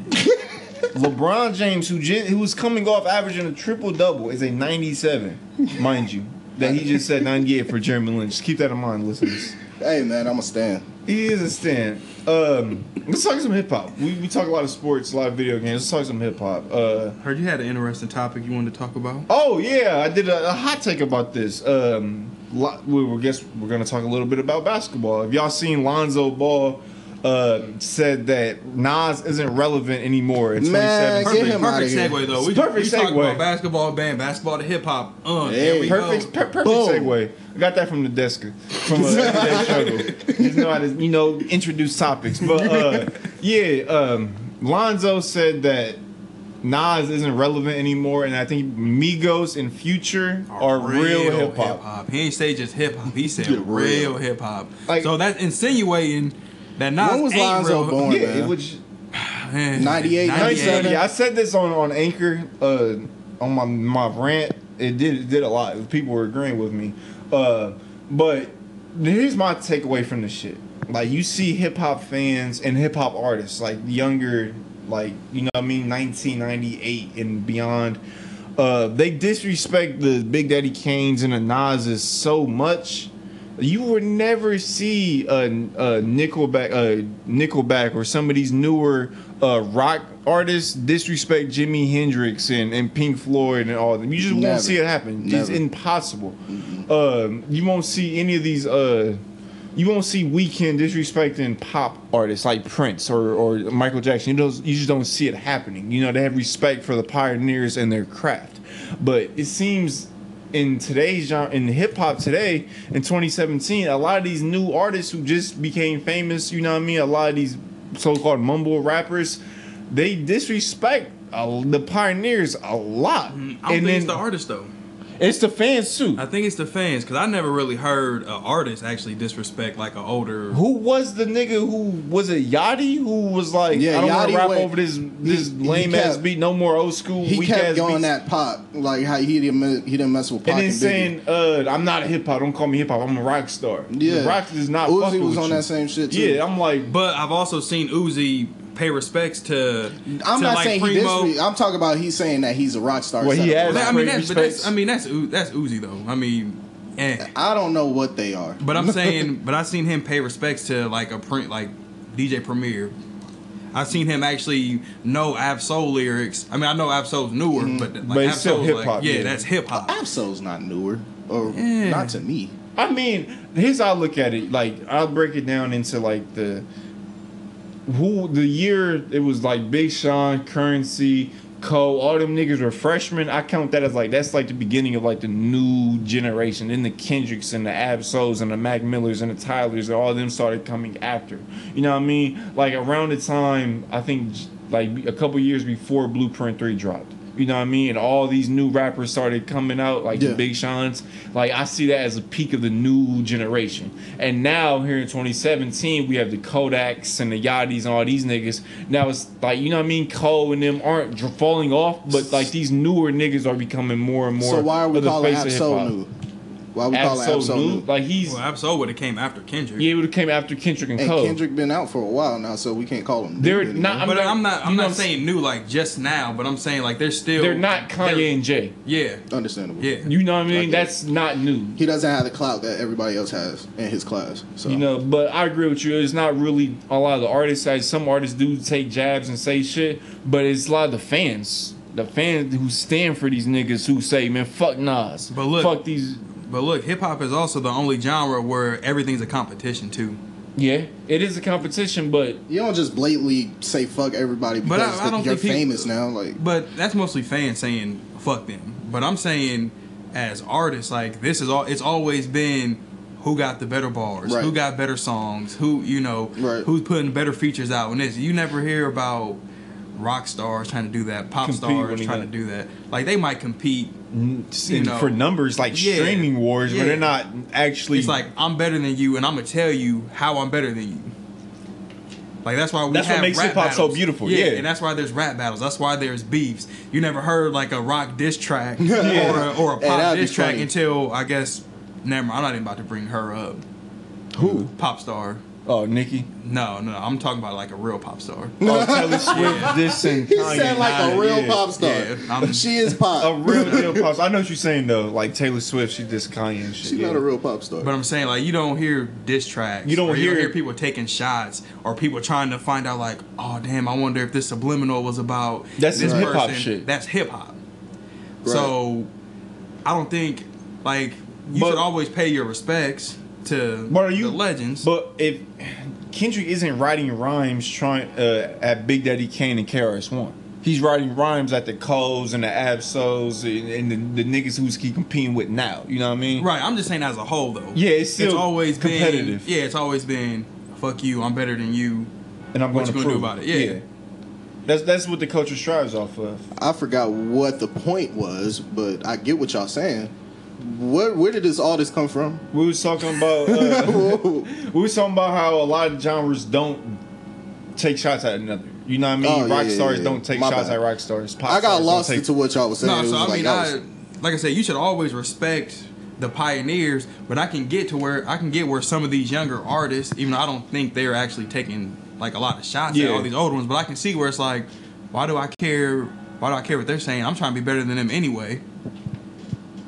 S1: LeBron James, who just, who was coming off averaging a triple double, is a 97, mind you. That he just said 98 for Jeremy Lynch. Keep that in mind, listeners.
S2: Hey, man, I'm a stand.
S1: He is a stand. Um, let's talk some hip hop. We, we talk a lot of sports, a lot of video games. Let's talk some hip hop. Uh,
S3: Heard you had an interesting topic you wanted to talk about.
S1: oh yeah, I did a, a hot take about this. Um, lo- we we guess we're gonna talk a little bit about basketball. If y'all seen Lonzo Ball. Uh, said that Nas isn't relevant anymore in
S2: Man,
S1: 2017.
S2: Get him outta
S3: perfect
S2: here.
S3: segue though. We,
S1: Perfect
S3: we talking
S1: segue.
S3: about basketball, band, basketball to hip hop. Uh,
S2: Hey,
S3: there we
S1: Perfect,
S3: go.
S1: per- perfect
S2: Boom.
S1: segue. I got that from the desker [LAUGHS] from uh, Everyday Struggle. Just know how to, you know, introduce topics. But [LAUGHS] uh, yeah, um, Lonzo said that Nas isn't relevant anymore, and I think Migos and Future are real hip hop.
S3: He ain't say just hip hop. He said
S2: Yeah, real.
S3: real hip hop.
S1: Like-
S3: so that's insinuating that Nas
S2: When was
S3: ain't
S2: Lonzo
S3: real,
S2: born?
S1: Yeah,
S2: man.
S1: which
S2: 98,
S1: 97.
S2: 97.
S1: Yeah, I said this on on Anchor uh, on my my rant. It did it did a lot. People were agreeing with me. Uh, but here's my takeaway from the shit. Like you see hip hop fans and hip hop artists like younger, like you know what I mean, 1998 and beyond. Uh, they disrespect the Big Daddy Canes and the Nas's so much. You would never see a, a Nickelback, a Nickelback, or some of these newer uh, rock artists disrespect Jimi Hendrix and, and Pink Floyd and all of them. You just
S2: Never.
S1: won't see it happen. It's
S2: Never.
S1: impossible. Um, you won't see any of these. Uh, you won't see Weekend disrespecting pop artists like Prince or, or Michael Jackson. You, don't, you just don't see it happening. You know, they have respect for the pioneers and their craft. But it seems in today's genre, in hip hop today, in 2017, a lot of these new artists who just became famous, you know what I mean? A lot of these so called mumble rappers, they disrespect uh, the pioneers a lot.
S3: I don't
S1: and
S3: think
S1: then
S3: it's the artist though.
S1: it's the fans too.
S3: I think it's the fans because I never really heard an artist actually disrespect like an older.
S1: Who was the nigga who was it Yachty who was like
S2: Yeah,
S1: I don't want
S2: Yachty
S1: to rap
S2: went-
S1: over this this
S2: he- he
S1: lame ass
S2: kept-
S1: beat no more old school
S2: He
S1: weak ass
S2: kept going
S1: beats.
S2: at Pop like how he didn't me- he didn't mess with Pop.
S1: and then
S2: Biggie.
S1: saying uh, I'm not a hip hop don't call me hip hop I'm a rock star
S2: Yeah.
S1: the rock is not
S2: Uzi
S1: fucking
S2: was
S1: with
S2: on
S1: you.
S2: that same shit too.
S1: yeah I'm like
S3: But I've also seen Uzi pay respects to.
S2: I'm
S3: to
S2: not
S3: like
S2: saying he
S3: Primo.
S2: disres- I'm talking about he's saying that he's a rock star.
S1: Well, he
S2: set up.
S1: has-
S3: I mean,
S1: Pay
S3: that's, but that's
S1: respects.
S3: I mean that's U- that's Uzi though. I mean, eh.
S2: I don't know what they are.
S3: But I'm saying, but I've seen him pay respects to like a print like DJ Premier. I've seen him actually know Absol lyrics. I mean, I know Absol's newer, but like
S1: Mm-hmm. But it's still
S3: Absol's
S1: hip-hop,
S3: like, yeah,
S1: yeah.
S3: that's hip hop.
S2: Absol's not newer, or
S3: Yeah.
S2: not to me.
S1: I mean, here's how I look at it. Like I'll break it down into like the who the year it was like Big Sean, Currency, Cole, all them niggas were freshmen. I count that as like that's like the beginning of like the new generation. Then the Kendricks and the Absols and the Mac Millers and the Tylers and all them started coming after. You know what I mean? Like around the time I think j- like a couple years before Blueprint Three dropped. You know what I mean? And all these new rappers started coming out, like
S2: Yeah.
S1: the Big Sean's. Like I see that as a peak of the new generation. And now here in 2017, we have the Kodaks and the Yachty's and all these niggas. Now it's like you know what I mean? Cole and them aren't dr- falling off, but like these newer niggas are becoming more and more.
S2: so why are we
S1: of the
S2: calling
S1: face of
S2: Absol
S1: hip-hop.
S2: new? Why are we calling
S1: Absol
S2: Absol
S1: new?
S2: new?
S1: Like he's
S3: Well, Absol would have came after Kendrick.
S1: yeah, he would have came after Kendrick and,
S2: And
S1: Cole.
S2: Kendrick been out for a while now, so we can't call him. New
S1: They're
S2: anymore.
S1: not-
S3: But I'm not. I'm
S1: You know what
S3: not
S1: I'm
S3: saying new like just now. But I'm saying like they're still.
S1: They're not Kanye
S3: they're-
S1: and Jay.
S3: Yeah,
S2: understandable.
S3: yeah.
S1: You know what I mean?
S2: Okay.
S1: That's not new.
S2: he doesn't have the clout that everybody else has in his class. So
S1: You know, but I agree with you. It's not really a lot of the artists. Like some artists do take jabs and say shit, but it's a lot of the fans, the fans who stand for these niggas who say, "Man, fuck Nas,
S3: But look-
S1: fuck these."
S3: But look, hip hop is also the only genre where everything's a competition too.
S1: Yeah, it is a competition, but
S2: you don't just blatantly say fuck everybody
S3: But
S2: because
S3: I- I don't
S2: you're
S3: think people-
S2: famous now. Like
S3: But that's mostly fans saying fuck them. But I'm saying as artists, like this is all it's always been who got the better bars,
S2: Right.
S3: who got better songs, who you know,
S2: Right.
S3: who's putting better features out and this. You never hear about rock stars trying to do that, pop
S1: Compete when
S3: stars
S1: he
S3: trying to
S1: got-
S3: do that. Like they might compete.
S1: and
S3: know,
S1: for numbers like
S3: yeah,
S1: streaming wars,
S3: yeah.
S1: but they're not actually.
S3: It's like I'm better than you and I'm gonna tell you how I'm better than you. Like that's why we
S1: That's what
S3: have
S1: makes
S3: rap
S1: hip-hop so
S3: battles.
S1: beautiful,
S3: Yeah,
S1: yeah.
S3: and that's why there's rap battles. That's why there's beefs. You never heard like a rock diss
S1: [LAUGHS]
S3: track or, a, or a
S2: Hey,
S3: pop
S2: that'd be
S3: diss track
S2: funny.
S3: until I guess. Never, mind, I'm not even about to bring her up.
S1: who?
S3: Pop star.
S4: Oh, Nicki.
S3: No, no, I'm talking about like a real pop star.
S4: Oh, Taylor Swift. This and
S2: He
S4: Kanye.
S2: said like a
S4: Nah,
S2: real
S4: yeah.
S2: pop star.
S3: Yeah,
S1: [LAUGHS]
S3: I'm-
S2: she is pop.
S4: A real deal pop. star. I know what you're saying though. Like Taylor Swift, she just Kanye and shit.
S2: She's
S4: yeah.
S2: not a real pop star.
S3: But I'm saying like you don't hear diss tracks.
S4: You don't
S3: or
S4: hear-
S3: people taking shots or people trying to find out like, oh damn, I wonder if this subliminal was about
S4: That's
S3: this
S4: some hip-hop
S3: person."
S4: shit.
S3: That's hip hop.
S2: Right.
S3: So I don't think like you
S4: But-
S3: should always pay your respects to
S4: But are you-
S3: the legends.
S4: But if Kendrick isn't writing rhymes trying uh, at Big Daddy Kane and KRS One, he's writing rhymes at the Coles and the Absols and, and the, the niggas who's he competing with now. You know what I mean?
S3: right, I'm just saying as a whole though.
S4: Yeah, it's still
S3: always
S4: competitive.
S3: Been, yeah, it's always been fuck you, I'm better than you.
S4: And I'm
S3: What you
S4: going to
S3: gonna
S4: prove
S3: do about it? Yeah.
S4: That's that's what the culture strives off of.
S2: I forgot what the point was, but I get what y'all saying. Where where did this all this come
S3: [LAUGHS]
S2: from?
S4: We was talking
S2: [LAUGHS]
S4: about uh,
S2: Whoa.
S4: we was talking about how a lot of genres don't take shots at another. You know what I mean?
S2: Oh, yeah,
S4: rock
S2: yeah,
S4: stars
S2: yeah.
S4: don't take
S2: My
S4: shots
S2: bad.
S4: at rock stars. Pop
S2: I
S4: stars
S2: got
S4: don't
S2: lost
S4: take-
S2: into what y'all was saying.
S3: No,
S2: It
S3: so I
S2: was like,
S3: mean,
S2: y'all
S3: I,
S2: was-
S3: like I said, you should always respect the pioneers, but I can get to where I can get where some of these younger artists, even though I don't think they're actually taking like a lot of shots
S4: Yeah.
S3: at all these older ones, but I can see where it's like, why do I care? Why do I care what they're saying? I'm trying to be better than them anyway.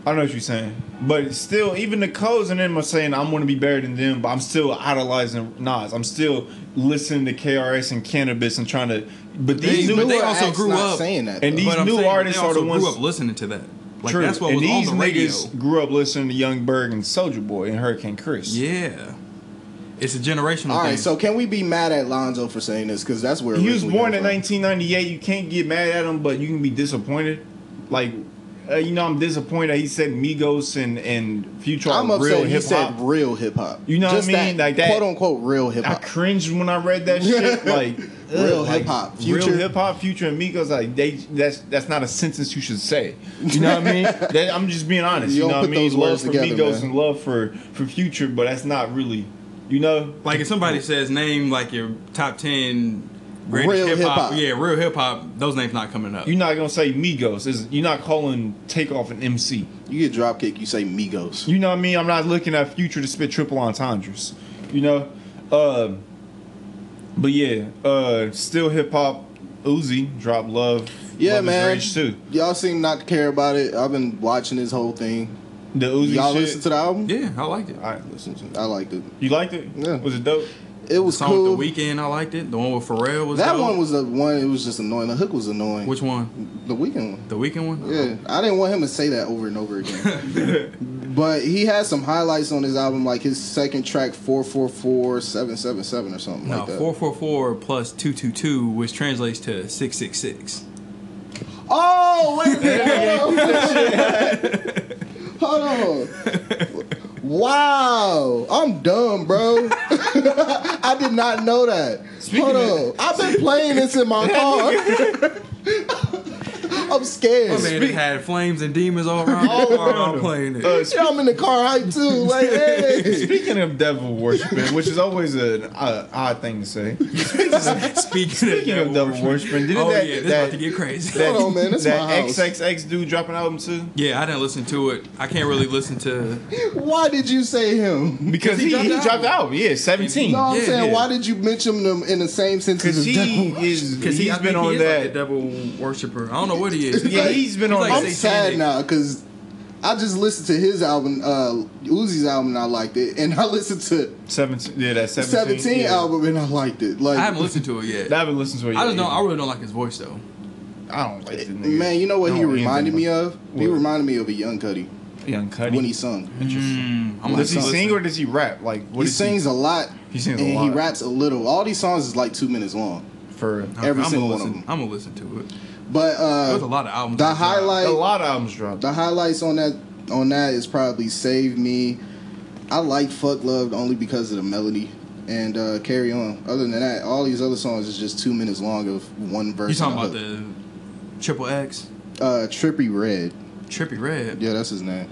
S4: I know what you're saying, but still, even the codes and them are saying I'm going to be better than them, but I'm still idolizing Nas. I'm still listening to KRS and Cannabis and trying to. But these
S2: They
S4: new
S3: but they
S2: newer
S3: also
S2: acts
S3: grew
S2: not
S3: up-
S2: saying that.
S4: and
S2: though.
S4: these
S3: I'm
S4: new
S3: saying they
S4: artists are
S3: also
S4: the ones-
S3: grew up listening to that. Like
S4: True.
S3: that's what
S4: and
S3: was on
S4: these
S3: the radio.
S4: niggas grew up listening to Young Berg and Soldier Boy and Hurricane Chris.
S3: Yeah, it's a generational.
S2: all
S3: thing.
S2: right, so can we be mad at Lonzo for saying this? Because that's where
S4: He was
S2: originally
S4: born
S2: came
S4: in
S2: from.
S4: 1998. You can't get mad at him, but you can be disappointed. Like, uh, you know, I'm disappointed. He said Migos and and Future
S2: I'm
S4: are real
S2: upset. He
S4: hip
S2: said
S4: hop.
S2: real hip hop.
S4: You know what I
S2: Just
S4: mean? Like that-
S2: quote unquote real hip
S4: I
S2: hop.
S4: cringed when I read that shit. Like
S2: Uh, [LAUGHS] Real
S4: ugh, like,
S2: hip-hop.
S4: real
S2: Future.
S4: hip hop, Future and Migos. Like they, that's that's not a sentence you should say. You know what I mean?
S2: [LAUGHS]
S4: That, I'm just being honest.
S2: You
S4: You,
S2: don't
S4: know
S2: put
S4: what I mean?
S2: those
S4: Love
S2: words
S4: for
S2: together,
S4: Migos
S2: man.
S4: and love for for Future, but that's not really, you know.
S3: Like if somebody says name like your top ten greatest
S2: Real
S3: hip hop,
S2: hip-hop.
S3: yeah, real hip hop, those names not coming up.
S4: You're not gonna say Migos. Is you're not calling Takeoff an MC.
S2: You get dropkick, you say Migos.
S4: You know what I mean? I'm not looking at future to spit triple entendres. You know? Um but yeah, uh still hip hop Uzi drop love.
S2: Yeah,
S4: Love is
S2: man.
S4: Rage too.
S2: Y'all seem not to care about it. I've been watching this whole thing.
S4: The Uzi
S2: Y'all
S4: shit.
S2: listen to the album?
S3: yeah, I liked it.
S4: All right, listen.
S2: I liked it.
S4: You liked it?
S2: Yeah.
S4: Was it dope?
S2: It was
S3: song
S2: cool.
S3: with the weekend, I liked it. The one with Pharrell was
S2: that
S3: dope.
S2: one was the one. It was just annoying. The hook was annoying.
S3: which one?
S2: the weekend one.
S3: The weekend one.
S2: Yeah, I didn't want him to say that over and over again. but he had some highlights on his album, like his second track, four four four seven seven seven or something
S3: No,
S2: like that.
S3: four four four plus two two two, which translates to six six six.
S2: Oh,
S3: [LAUGHS]
S2: wait a minute. Hold
S3: [LAUGHS]
S2: on. Hold on. Wow. I'm dumb, bro. [LAUGHS] I did not know that. Hold on. I've been playing this in
S3: [LAUGHS]
S2: my car. [LAUGHS] I'm
S3: My
S2: scared.
S3: Oh, man it had flames and demons all around. all around playing it.
S4: Uh,
S2: Shit, I'm in the car hype too.
S3: [LAUGHS]
S2: Like, hey.
S4: Speaking of devil worshiping, which is always an uh, odd thing
S2: [LAUGHS]
S4: to say.
S3: speaking,
S4: Speaking of devil worshiping, didn't
S3: oh
S4: that,
S3: yeah, this
S4: that,
S3: about to get crazy.
S4: that,
S2: Hold on, man, this
S4: that
S2: my house.
S4: XXX dude drop an album too?
S3: yeah, I didn't listen to it. I can't really listen to.
S2: Why did you say him?
S4: Because
S3: he
S4: he,
S3: dropped
S4: he
S3: the
S4: dropped the album. Yeah, 17.
S2: No, I'm
S3: Yeah,
S2: saying,
S3: yeah.
S2: why did you mention them in the same sentence
S4: Because
S2: as
S4: he
S2: devil?
S4: is,
S3: Because he,
S4: he's
S3: I
S4: been
S3: think
S4: on
S3: he is
S4: that.
S3: like a devil worshiper. I don't know what he is.
S4: Yeah,
S2: like-
S4: he's been
S3: he's
S4: on
S3: like
S4: that.
S2: I'm
S3: satanic.
S2: sad now because I just listened to his album, uh, Uzi's album, and I liked it, and I listened to
S4: 17. Yeah, that 17.
S2: 17,
S4: yeah.
S2: album, and I liked it. Like,
S3: [LAUGHS] I haven't listened to it yet.
S4: I haven't listened to it.
S3: I just
S4: yet
S3: don't. I
S4: either.
S3: really don't like his voice though.
S4: I don't like the nigga.
S2: man, you know what
S4: I
S2: he
S4: don't
S2: reminded me
S4: even-
S2: of? He
S4: What?
S2: reminded me of a Young Cuddy
S4: Young Cudi.
S2: when he sung.
S3: Mm, I'm
S4: does he
S3: listen-
S4: sing or does he rap? Like what
S2: he
S4: does
S2: sings a lot.
S4: He sings a
S2: and He
S4: lot.
S2: raps a little. All these songs is like two minutes long,
S4: for?
S3: Okay,
S2: every
S3: I'm
S2: single
S3: gonna
S2: one of
S3: listen,
S2: them.
S3: I'm gonna listen to it.
S2: But uh,
S3: There's a lot of albums.
S2: the
S3: that drop.
S4: A
S2: highlight,
S4: lot of albums dropped.
S2: the highlights on that on that is probably "Save Me." I like "Fuck Love" only because of the melody and uh, "Carry On." Other than that, all these other songs is just two minutes long of one verse.
S3: You talking
S2: and
S3: about
S2: a hook.
S3: the Triple X,
S2: uh, Trippy Red?
S3: Trippy Red?
S2: Yeah, that's his name.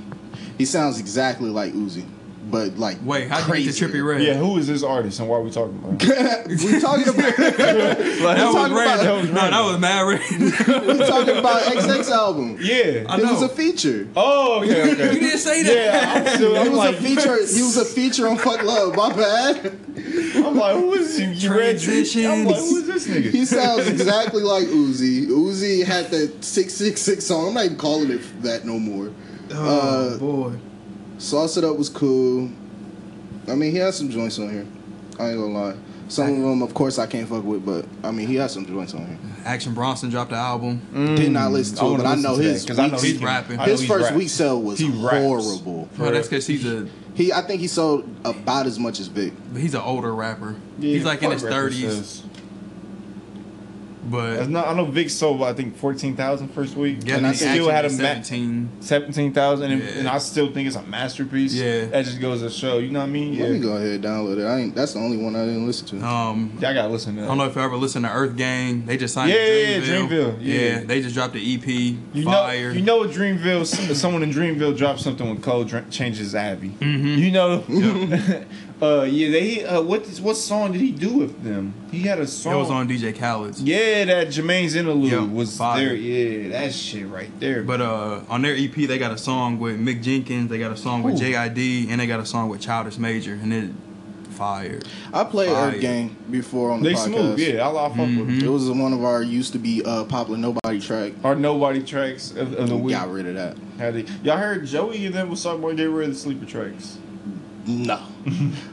S2: He sounds exactly like Uzi, but like
S3: Wait, how do you get to
S2: crazy.
S3: Trippy Red?
S4: Yeah, who is this artist and why are we talking
S1: [LAUGHS]
S4: about? him?
S2: [LAUGHS] we talking about talking
S3: that was
S2: about-
S4: that was
S3: random. No, that
S4: random.
S3: was
S2: [LAUGHS]
S3: mad random.
S2: we talking about XX album.
S4: yeah.
S3: I
S2: It
S3: know.
S2: was a feature.
S4: Oh,
S3: [LAUGHS]
S4: okay,
S3: you
S4: okay.
S3: didn't say that. [LAUGHS]
S4: yeah, I'm still.
S2: He
S4: I'm
S2: was
S4: like,
S2: a feature. He was a feature on Fuck Love. My bad.
S1: I'm like, who is this? You read this? I'm like, who is this
S2: He
S1: nigga?
S2: sounds exactly like Uzi. Uzi had that six six six song. I'm not even calling it that no more.
S5: Oh
S2: Uh,
S5: boy.
S2: Sauce It Up was cool. I mean, he has some joints on here. I ain't gonna lie. Some of them, of course, I can't fuck with, but I mean, he has some joints on here.
S3: Action Bronson dropped the album.
S2: Did not listen to it,
S1: wanna
S2: but I
S1: listen
S2: know
S1: to that,
S2: his.
S1: 'cause I know
S2: weeks-
S1: he
S3: he's
S1: can-
S3: rapping.
S1: I know
S2: his
S1: he's
S2: first
S1: rap.
S2: week sell was
S1: He raps.
S2: horrible.
S3: No, that's because he's a
S2: He, I think he sold about as much as Big.
S3: he's an older rapper. he's like in
S1: fuck
S3: his
S1: rappers
S3: thirties,
S1: is.
S3: but
S1: That's not- I know Vic sold I think 14,000 first week.
S3: yeah,
S1: and I
S3: he
S1: still had a ma-
S3: seventeen.
S1: 17,000 and, and
S3: Yeah.
S1: I still think it's a masterpiece.
S3: Yeah.
S1: That just goes to show, you know what I mean? Yeah.
S2: Let me go ahead and download it. I ain't. That's the only one I didn't listen to.
S3: Um,
S1: Y'all gotta listen to
S3: I
S1: that.
S3: don't know if you ever listened to Earth Gang. They just signed
S1: Yeah, yeah,
S3: to
S1: yeah,
S3: Dreamville.
S1: Dreamville, yeah.
S3: they just dropped the EP.
S1: You know,
S3: fire.
S1: you know, Dreamville. uh, Someone in Dreamville drops something when Cole dr- changes Abby.
S3: Mhm.
S1: You know, [LAUGHS] uh, yeah. They uh, what what song did he do with them? He had a song.
S3: it was on DJ Khaled's.
S1: Yeah, that Jermaine's interlude
S3: Yeah,
S1: was
S3: fire.
S1: there. Yeah, that shit right there.
S3: But uh, on their EP, they got a song with Mick Jenkins, they got a song with
S1: Ooh.
S3: JID, and they got a song with Childish Major, and it fired.
S2: I played
S3: Fire.
S2: Earth Gang before on the
S1: they
S2: podcast.
S1: smooth. Yeah, I, I fuck with
S3: Mm-hmm.
S1: them.
S2: It was one of our used to be uh, popular nobody track.
S1: Our nobody tracks of, of the
S2: We
S1: week.
S2: got rid of that.
S1: Had they- y'all heard Joey and them with Starboy get rid of the sleeper tracks.
S2: No.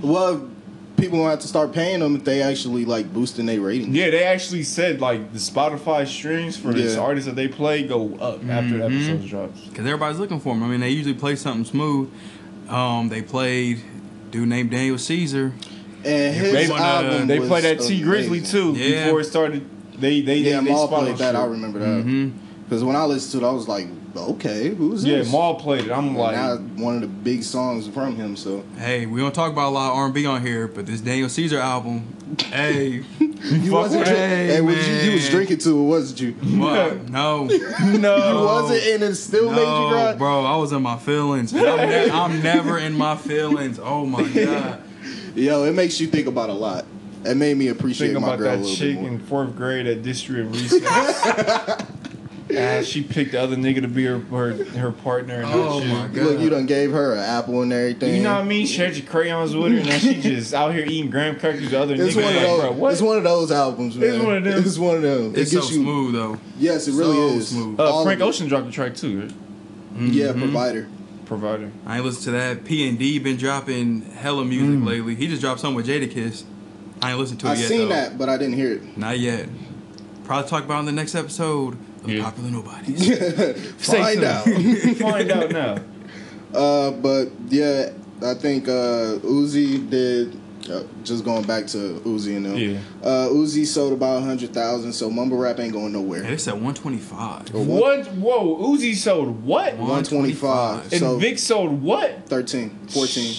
S2: well, people gonna have to start paying them if they actually like boosting their ratings.
S1: Yeah, they actually said like the Spotify streams for this
S2: Yeah.
S1: artist that they play go up after
S3: Mm-hmm.
S1: the episode drops.
S3: Because everybody's looking for them. I mean, they usually play something smooth. Um, they played dude named Daniel Caesar.
S2: And his
S1: They, uh,
S2: album
S1: they
S2: was
S1: played that T Grizzly
S2: amazing.
S1: too
S3: Yeah.
S1: before it started. They they
S2: Yeah,
S1: they, they
S2: Maul
S1: spotted
S2: played that. I
S1: shit.
S2: remember that.
S3: Mhm.
S2: Because when I listened to it, I was like, okay, who's
S1: Mm-hmm. Yeah,
S2: this?
S1: Maul played it. I'm
S2: And
S1: like,
S2: now one of the big songs from him. So
S3: Hey, we don't talk about a lot of R&B on here, but this Daniel Caesar album,
S2: [LAUGHS]
S3: hey,
S2: you wasn't. drink-
S3: with- Hey,
S2: and was you, you was
S3: man.
S2: drinking to it,
S1: [LAUGHS]
S2: wasn't you? You
S3: what? No,
S1: [LAUGHS]
S2: [LAUGHS]
S1: no,
S2: wasn't, and it still made you
S3: no,
S2: cry.
S3: bro, I was in my feelings. And I'm, ne- I'm never in my feelings.
S2: [LAUGHS]
S3: Oh my god.
S2: Yo, it makes you think about a lot. It made me appreciate
S1: think
S2: my
S1: about
S2: girl a
S1: that
S2: little
S1: chick
S2: bit more.
S1: in fourth grade at District
S2: [LAUGHS]
S1: and Recess. Ah, she picked the other nigga to be her her, her partner. And
S3: Oh
S1: oh
S3: my god.
S2: Look, you done gave her an apple and everything.
S1: You know what I mean? Shared your crayons with her, and then she just out here eating graham crackers. with The other nigga,
S2: It's one of
S1: Like,
S2: those.
S1: bro, what?
S2: It's one of those albums, man.
S1: It's one of them.
S2: It's one of them.
S3: It's
S2: it
S3: so
S2: gets you.
S3: smooth though.
S2: Yes, it really
S3: so
S2: is.
S3: smooth. Mm-hmm.
S1: Uh,
S2: All of
S1: Frank
S2: it.
S1: Ocean dropped the track too. right?
S2: Yeah, provider.
S1: Provider.
S3: I ain't listen to that. P and D been dropping hella music lately. He just dropped something with Jadakiss. I ain't listened to it
S2: Mm. I
S3: yet.
S2: seen
S3: though.
S2: that, but I didn't
S1: [LAUGHS]
S2: hear it.
S3: Not yet. Probably talk about it on the next episode of
S1: Yeah.
S3: Popular
S2: [LAUGHS]
S3: Nobodies.
S2: Find out.
S1: Find out
S2: [LAUGHS]
S1: now.
S2: uh, but yeah, I think uh, Uzi did. Uh, just going back to Uzi and them.
S1: Yeah.
S2: Uh, Uzi sold about hundred thousand, so mumble rap ain't going
S3: Yeah,
S2: nowhere.
S3: they said 125.
S1: What? Whoa, Uzi sold what?
S2: One twenty-five.
S1: And
S2: So
S1: Vic sold what?
S2: 13, 14.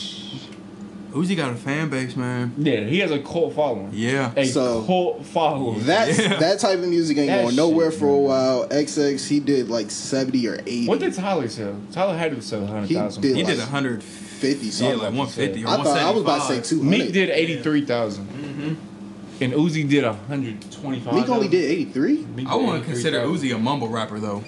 S3: Uzi got a fan base, man.
S1: Yeah, he has a cult following.
S3: Yeah.
S1: A
S2: So-
S1: cult following.
S2: That's
S3: Yeah.
S2: that type of music ain't
S1: That
S2: going nowhere
S1: shit,
S2: for a while. XX he did like seventy or eighty.
S1: what did Tyler sell? Tyler had to sell
S2: He
S1: 100,000.
S2: did
S3: He
S2: like
S3: did 100.
S2: fifty
S3: Yeah,
S2: something?
S3: like 150 or
S2: I thought I was about to say
S3: 175.
S2: two
S1: Meek
S2: hundred.
S1: did 83,000.
S3: Mm-hmm.
S1: And Uzi did 125.
S2: Meek only did eighty three.
S3: I wouldn't consider Uzi a mumble rapper though.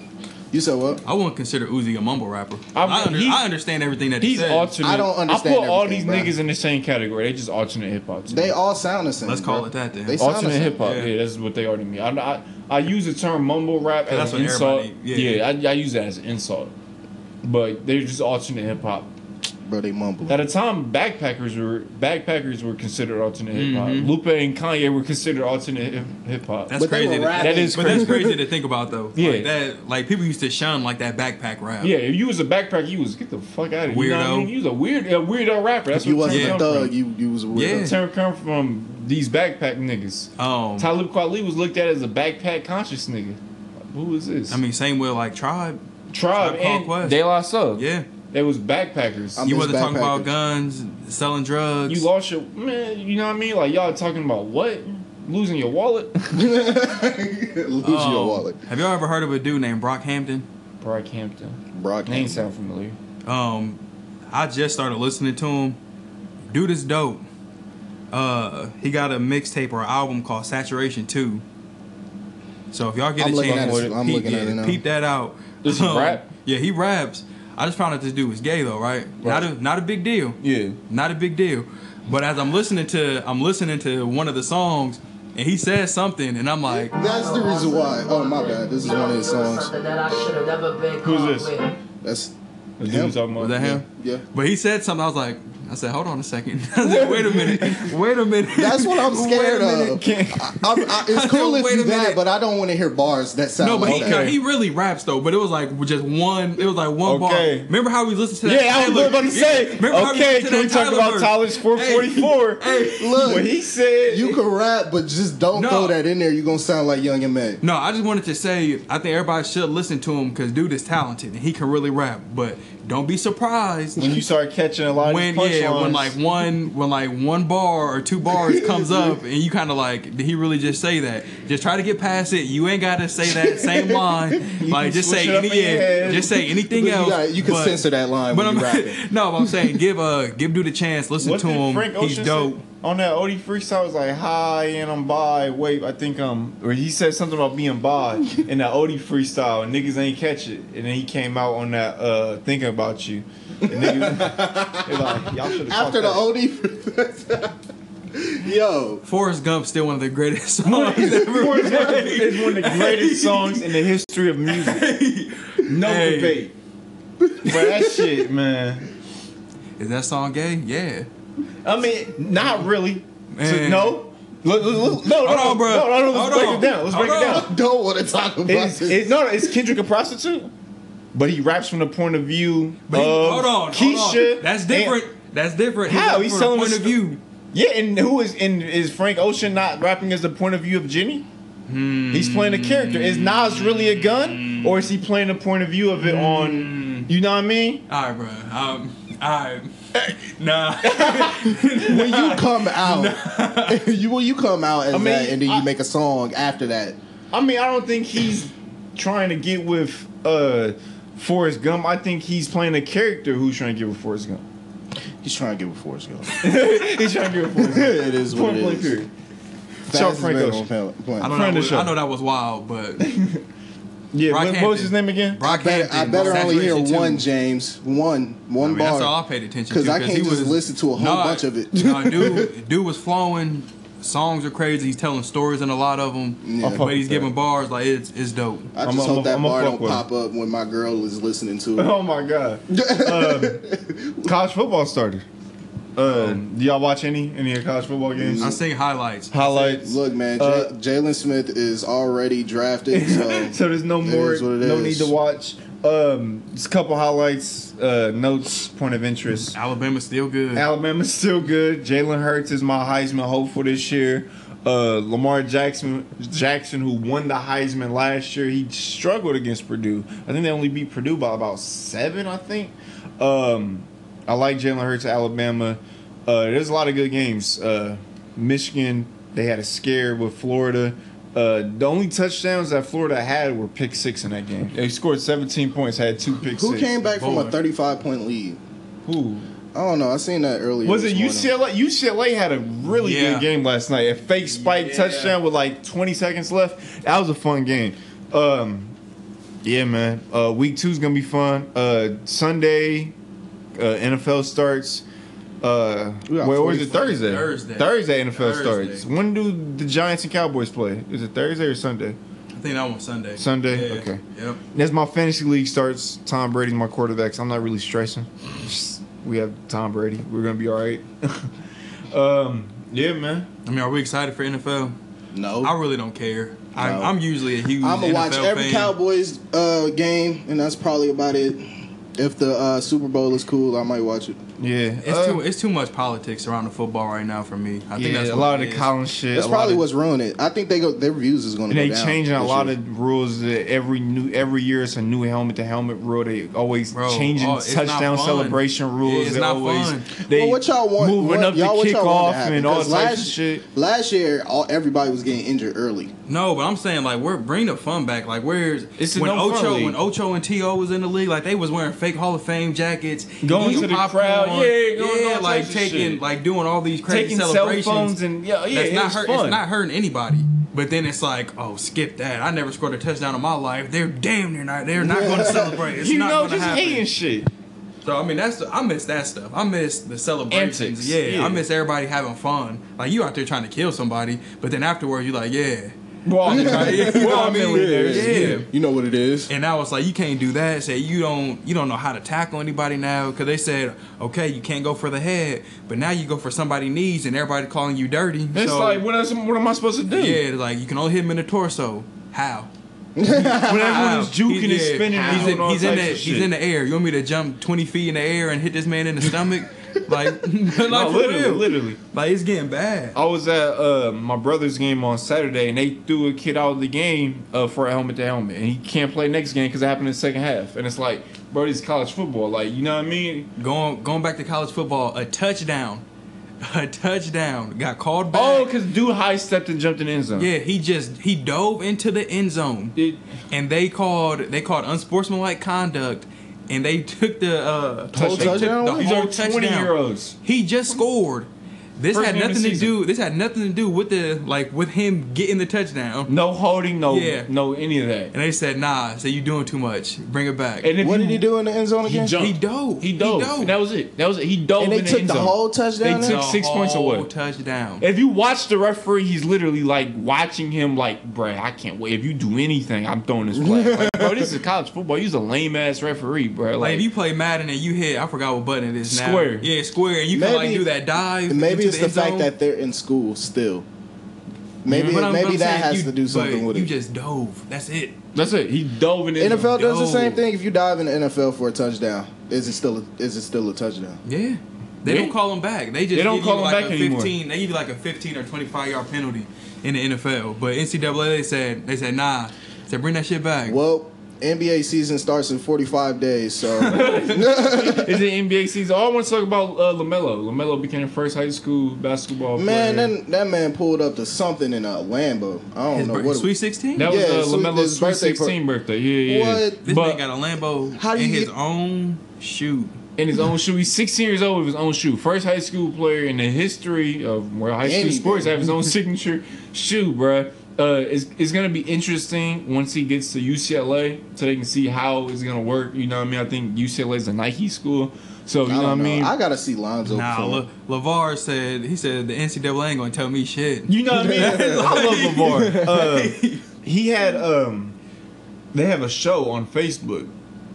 S2: You said what?
S3: I wouldn't consider Uzi a mumble rapper.
S1: I
S3: I,
S1: mean,
S3: under,
S1: he's-
S3: I understand everything that he
S1: He's
S3: says.
S1: alternate.
S2: I don't understand
S1: I put all these
S2: everything, bruh.
S1: niggas in the same category. They just alternate hip hop. to me.
S2: They all sound the same.
S3: Let's call
S2: bro.
S3: it that then.
S2: They sound the
S1: alternate
S2: same.
S1: hip hop. Yeah.
S3: Yeah.
S1: that's what they are to me. I, I, I use the term mumble rap as
S3: That's
S1: an
S3: what
S1: insult.
S3: everybody-
S1: Yeah,
S3: yeah.
S1: I, I use that as an insult. But they're just alternate hip hop.
S2: bro. They mumble.
S1: At a time, backpackers were backpackers were considered alternate hip hop.
S3: Mm-hmm.
S1: Lupe and Kanye were considered alternate hip hop.
S3: That's
S2: But they
S3: crazy.
S2: were
S3: to-
S2: rapping.
S1: That is
S3: But that's
S1: crazy.
S3: crazy to think about though.
S1: Yeah.
S3: Like that like people used to shun like that backpack rap.
S1: Yeah, if you was a backpacker, you was get the fuck out of here. You, know what I
S3: Weirdo.
S1: mean? you was a weird a weirdo rapper. That's
S2: If you
S1: what the term
S2: wasn't a
S1: come
S2: thug,
S1: from.
S2: you you was
S1: The
S2: weird.
S1: term come from these backpack niggas.
S3: Um
S1: Talib Kweli was looked at as a backpack conscious nigga. Like, Who is this?
S3: I mean same with like Tribe.
S1: Tribe
S3: Tribe Called
S1: and
S3: Quest.
S1: De La Soul.
S3: Yeah.
S1: They was backpackers.
S2: I'm-
S3: You
S2: Miss
S3: wasn't talking
S2: Backpacker.
S3: about guns, selling drugs.
S1: you lost your man. You know what I mean? Like y'all talking about what? Losing your
S2: [LAUGHS]
S1: wallet?
S2: Lose
S3: Um,
S2: your wallet,
S3: Have y'all ever heard of a dude named Brockhampton?
S1: Brockhampton.
S2: Brock.
S1: Name sound familiar.
S3: Um, I just started listening to him. Dude is dope. Uh, he got a mixtape or album called Saturation Two. So if y'all get
S2: I'm
S3: a
S2: looking
S3: chance,
S2: at it. I'm
S3: peep,
S2: looking at
S3: yeah,
S2: it now.
S3: peep that out. Um,
S1: Does he rap?
S3: Yeah, he raps. I just found out this dude was gay though, right? Not a not a big deal.
S1: Yeah.
S3: Not a big deal. But as I'm listening to, I'm listening to one of the songs, and he says something, and I'm like,
S2: That's the reason why. Oh my bad. This is one of his songs.
S4: Who's
S5: Who's
S4: this?
S2: That's
S4: The dude we talking about.
S3: was that him?
S2: yeah.
S3: But he said something. I was like, I said, hold on a second. [LAUGHS] I said, wait
S2: [LAUGHS]
S3: a minute. Wait a minute.
S2: That's what I'm
S3: [LAUGHS] Wait a
S2: scared
S3: minute.
S2: of.
S4: Can't-
S2: I, I, I,
S3: [LAUGHS]
S2: it's cool if
S3: Wait a
S2: you that,
S3: minute.
S2: but I don't want to hear bars that sound
S3: No, but
S2: like
S3: he,
S2: that.
S3: he really raps though. But it was like just one. It was like one
S4: Okay.
S3: bar. Remember how we listened to that?
S4: Yeah, I was
S3: Tyler-
S4: about to
S3: Yeah,
S4: say.
S3: remember how
S4: okay,
S3: listened to
S4: can we
S3: that
S4: talk
S3: Tyler
S4: about
S3: verse?
S4: Tyler's 444?
S3: Hey, hey.
S2: Look,
S4: What he said.
S2: you can rap, but just don't
S3: No.
S2: throw that in there. You're gonna sound like Young and May.
S3: No, I just wanted to say I think everybody should listen to him because dude is talented and he can really rap. But don't be surprised
S4: when
S3: when,
S4: you start catching a lot of these
S3: yeah,
S4: punchlines.
S3: when like one when like one bar or two bars
S4: [LAUGHS]
S3: comes up and you kind of like did he really just say that? Just try to get past it. You ain't gotta say that
S4: [LAUGHS]
S3: same line. like
S4: can
S3: just
S4: switch
S3: say
S4: it up
S3: any
S4: in your
S3: yeah,
S4: head.
S3: just say anything
S2: You
S3: else.
S2: gotta- you can
S3: but-
S2: censor that line when
S3: I'm [LAUGHS]
S2: you rapping.
S3: no, but I'm saying give uh give dude a chance. Listen
S4: What
S3: to
S4: did
S3: him.
S4: Frank
S3: He's
S4: Ocean
S3: dope.
S4: say? on that Odie freestyle was like hi and I'm bi. Wait, I think um or he said something about being
S3: [LAUGHS]
S4: bi in that Odie freestyle and niggas ain't catch it. And then he came out on that uh thinking about you. And niggas they like y'all should have
S2: After the OD, [LAUGHS] yo,
S3: Forrest Gump's still one of the greatest [LAUGHS] songs
S4: [LAUGHS]
S3: ever.
S4: it's one of the greatest songs in the history of music. No
S3: [LAUGHS] Hey.
S4: debate. But that shit, man.
S3: Is that song gay? Yeah.
S4: I mean, not really.
S3: Man.
S4: no. Look, look, look- no,
S3: Hold
S4: no,
S3: on, bro.
S4: No, no, no, let's
S3: Hold
S4: break
S3: on.
S4: it down. Let's
S3: Hold
S4: break it
S3: on.
S4: down.
S2: don't want to talk about
S4: Is,
S2: this.
S4: is, no, no, is Kendrick a prostitute? But he raps from the point of view
S3: But he-
S4: of
S3: hold on,
S4: Um, Keisha.
S3: hold on. That's
S4: and-
S3: different. That's different.
S4: How?
S3: He's
S4: He's
S3: from
S4: telling
S3: the point
S4: us-
S3: of view.
S4: yeah, and who is and is Frank Ocean not rapping as the point of view of Jimmy? He's playing a character. Is Nas really a gun, or is he playing the point of view of it
S3: Hmm.
S4: on? You know what I mean?
S3: All right, bro. Um, all right. Nah.
S2: when you come out, [LAUGHS] you when you come out as
S4: mean,
S2: that, and then you
S4: I-
S2: make a song after that.
S4: I mean, I don't think he's trying to get with uh Forrest Gump. I think he's playing a character who's trying to get with Forrest Gump.
S2: He's trying to get before it's going.
S4: [LAUGHS] he's trying to get with
S2: [LAUGHS]
S4: Forrest Gump.
S2: it is what
S4: Point
S2: it
S4: blank
S2: is.
S4: period.
S2: Fast
S4: Shout
S2: is
S4: Frank
S2: better
S4: Ocean.
S2: on plan- plan.
S3: I, don't know,
S4: Friend of
S3: that
S4: the
S3: was-
S4: show.
S3: I know that was wild, but
S4: Yeah,
S3: Rock
S4: what, what was
S3: Hampton.
S4: his name again?
S2: I
S3: Brock
S2: better, I
S3: Hampton,
S2: better only hear
S3: Saturation
S2: one,
S3: Two.
S2: James. One,
S3: I
S2: one
S3: mean,
S2: bar.
S3: that's all I paid attention to.
S2: 'Cause I can't
S3: he
S2: just
S3: was,
S2: listen to a whole
S3: Nah,
S2: bunch of it. [LAUGHS]
S3: nah, dude, dude was flowing. Songs are crazy. He's telling stories in a lot of them,
S2: Yeah. I fuck
S3: but he's
S4: with
S3: giving
S4: that.
S3: bars like it's it's dope.
S2: I
S4: I'm
S2: just
S4: a-
S2: hope that
S4: I'm a
S2: bar
S4: fuck
S2: don't
S4: with it.
S2: pop up when my girl is listening to it.
S4: [LAUGHS] [LAUGHS] Oh my god. Uh,
S2: [LAUGHS]
S4: college football started. Uh,
S2: Um,
S4: do y'all watch any any of college football games?
S3: I sing highlights.
S4: Highlights.
S2: Look, man, J-
S4: Uh,
S2: Jalen Smith is already
S4: [LAUGHS]
S2: drafted, so,
S4: So there's no
S2: it
S4: more,
S2: is what it
S4: no
S2: is.
S4: need to watch. Um, just a couple highlights, uh, notes, point of interest.
S3: Alabama's still
S4: [LAUGHS]
S3: good.
S4: Alabama's still good. Jalen Hurts is my Heisman hopeful this year. Uh, Lamar Jackson, Jackson, who won the Heisman last year, he struggled against Purdue. I think they only beat Purdue by about seven. I think. Um, I like Jalen Hurts, Alabama. Uh, there's a lot of good games. Uh, Michigan, they had a scare with Florida. Uh, the only touchdowns that Florida had were pick six in that game. They scored 17 points, had two pick
S2: who
S4: six.
S2: came back from a
S3: Boy.
S2: 35 point lead?
S4: Who?
S2: I don't know. I seen that earlier.
S4: Was
S2: this
S4: it
S2: morning.
S4: UCLA? UCLA had a really
S3: Yeah.
S4: good game last night. A fake spike
S3: Yeah.
S4: touchdown with like 20 seconds left. That was a fun game. Um, yeah, man. Uh, week two is gonna be fun. Uh, Sunday, uh, NFL starts. Uh,
S2: We got
S4: where was it?
S2: 45
S4: Thursday.
S3: Thursday.
S4: Thursday NFL
S3: Thursday.
S4: starts. When do the Giants and Cowboys play? Is it Thursday or Sunday?
S3: I think that one's Sunday.
S4: Sunday?
S3: Yeah.
S4: Okay.
S3: Yep.
S4: As my fantasy league starts, Tom Brady's my quarterback, so I'm not really stressing. Just- We have Tom Brady. We're gonna be all right. [LAUGHS] um, yeah, man.
S3: I mean, are we excited for NFL?
S2: No.
S3: I really don't care. I,
S2: Oh. No.
S3: I'm usually a huge.
S2: I'm gonna
S3: NFL
S2: watch every
S3: fan.
S2: Cowboys uh, game, and that's probably about it. If the uh, Super Bowl is cool, I might watch it.
S4: Yeah,
S3: It's
S4: uh,
S3: too it's too much politics around the football right now for me. I
S4: Yeah,
S3: think that's
S4: a
S3: what
S4: lot
S3: it
S4: of the
S3: is.
S4: Collins shit.
S2: That's
S4: a lot
S2: probably
S4: of-
S2: what's ruining it. I think they go their views is gonna
S4: And
S2: go
S4: they
S2: down.
S4: changing a
S2: this
S4: lot
S2: year.
S4: of rules. That every new every year it's a new helmet to helmet rule. They always
S3: Bro,
S4: changing
S3: oh, it's not
S4: touchdown
S3: fun.
S4: celebration rules.
S3: Yeah, it's
S4: they
S3: not
S4: always
S3: fun.
S4: they
S2: well, what y'all want?
S4: moving
S2: what,
S4: up the
S2: y'all, what y'all want
S4: kickoff
S2: to happen?
S4: and all types
S2: 'Cause
S4: of shit.
S2: Last year, all everybody was getting injured early.
S3: No, but I'm saying like we're bring the fun back. Like where's
S4: It's a
S3: when
S4: no fun
S3: Ocho
S4: league.
S3: when Ocho and To was in the league, like they was wearing fake Hall of Fame jackets,
S4: Going
S3: eating
S4: to the crowd, yeah, going-
S3: yeah,
S4: all
S3: like
S4: types of
S3: taking
S4: shit.
S3: like doing all these crazy
S4: Taking cell
S3: celebrations
S4: phones and- yeah, yeah,
S3: that's
S4: it
S3: not
S4: was
S3: hurt,
S4: fun.
S3: it's not hurting anybody. But then it's like, oh, skip that. I never
S4: [LAUGHS]
S3: scored a touchdown in my life. They're damn near not. They're not going to celebrate. It's
S4: you
S3: not
S4: know,
S3: gonna
S4: just
S3: happen.
S4: hating shit.
S3: So I mean, that's the, I miss that stuff. I miss the celebrations.
S1: Antics,
S3: Yeah,
S1: yeah.
S3: I miss everybody having fun. Like you out there trying to kill somebody, but then afterwards you like, yeah,
S1: We're all,
S3: [LAUGHS]
S1: we're all millionaires.
S3: Yeah.
S1: Yeah.
S2: You know what it is.
S3: And I was like, you can't do that. Say you don't you don't know how to tackle anybody now because they said, okay, you can't go for the head, but now you go for somebody knees and everybody calling you dirty.
S1: It's
S3: So,
S1: like, what, else, what am I supposed to do?
S3: yeah, like you can only hit him in the torso. How?
S1: When everyone
S3: How?
S1: is juking
S3: He-
S1: and
S3: yeah,
S1: spinning, and
S3: He's
S1: doing
S3: in,
S1: all
S3: he's in
S1: types
S3: the
S1: of
S3: he's
S1: shit.
S3: in the air. You want me to jump twenty feet in the air and hit this man
S1: [LAUGHS]
S3: in the stomach? like, [LAUGHS]
S1: No,
S3: like for
S1: literally,
S3: real.
S1: literally.
S3: Like it's getting bad.
S1: I was at uh, my brother's game on Saturday, and they threw a kid out of the game uh, for a helmet to helmet, and he can't play next game because it happened in the second half. And it's like, bro, this is college football. Like, you know what I mean?
S3: Going going back to college football, a touchdown, [LAUGHS] a touchdown got called back.
S1: Oh, because dude high stepped and jumped in the end zone.
S3: Yeah, he just he dove into the end zone,
S1: It-
S3: and they called they called unsportsmanlike conduct, and they took the uh,
S1: Whole
S3: they took
S2: touchdown?
S3: The
S1: These
S3: whole
S1: are 20-year-olds.
S3: He just scored. This
S1: First
S3: had
S1: game of the
S3: nothing to
S1: season.
S3: do. This had nothing to do with the like with him getting the touchdown.
S1: no holding, no,
S3: Yeah.
S1: no any of that.
S3: And they said, "Nah, so you doing too much. Bring it back."
S1: And if
S2: What
S1: you-
S2: did he do in the end zone
S1: He
S2: again?
S1: jumped.
S3: He dove.
S1: He
S3: He
S1: dove.
S3: dove.
S1: And that was it. That was it. He dove.
S2: And they
S1: in
S2: took
S1: end
S2: the
S1: zone.
S2: whole touchdown.
S1: They
S2: there?
S1: took six points
S3: whole
S1: away.
S3: Touchdown.
S1: If you watch the referee, he's literally like watching him, like, bruh, I can't wait. If you do anything, I'm throwing this flag. Like,
S2: [LAUGHS]
S1: bro, this is college football. You's a lame ass referee, bruh.
S3: Like
S1: Like,
S3: if you play Madden and you hit, I forgot what button it is now.
S1: Square.
S3: Yeah, square. And you can like
S2: Maybe-
S3: do that dive.
S2: Maybe
S3: into
S2: it's the
S3: end
S2: fact
S3: zone.
S2: that they're in school still. Maybe
S3: But I'm- but
S2: maybe
S3: I'm
S2: that
S3: saying
S2: has
S3: you-
S2: to do something
S3: but
S2: with
S3: you
S2: it.
S3: just dove. That's it.
S1: that's it. He dove in the end
S2: NFL
S1: zone.
S2: does the same
S3: Yo.
S2: thing. If you dive in the NFL for a touchdown, is it still a, is it still a touchdown?
S3: Yeah. They
S1: Yeah.
S3: don't call them back. They just
S1: They don't
S3: give
S1: call
S3: you
S1: 'em
S3: like
S1: back
S3: a
S1: anymore.
S3: 15. They give you like a 15 or 25 yard penalty in the NFL. But NCAA they said they said nah. They said bring that shit back.
S2: Well, NBA season starts in 45 days,
S1: [LAUGHS]
S2: so
S1: [LAUGHS] Is it NBA season? Oh, I want to talk about uh, LaMelo. LaMelo became the first high school basketball
S2: man,
S1: player.
S2: that, that man pulled up to something in a Lambo. I don't
S3: His
S2: know
S3: birth-
S2: what. it-
S3: Sweet 16.
S1: that was
S2: yeah,
S1: uh,
S2: so
S1: LaMelo's
S2: his
S1: sweet
S2: birthday
S1: 16 birthday. Yeah, yeah. yeah.
S2: What?
S3: this
S1: but
S3: man got a Lambo
S2: How do
S3: in
S2: you
S3: his
S2: get-
S3: own shoe.
S1: in his own shoe, he's 16 years old with his own shoe. First high school player in the history of where high school
S2: Anything.
S1: sports have his
S2: [LAUGHS]
S1: own signature shoe, bruh. Uh, it's, it's gonna be interesting once he gets to UCLA, so they can see how it's gonna work. You know what I mean? I think UCLA is a Nike school, so you
S2: I
S1: know
S2: don't
S1: what I mean.
S2: I gotta see Lonzo.
S3: Nah,
S2: perform.
S3: Le- Lavar said he said the NCAA ain't gonna tell me shit.
S1: You know what I mean? [LAUGHS]
S2: [LAUGHS]
S1: I love LeVar. Uh, [LAUGHS] he had um, they have a show on Facebook.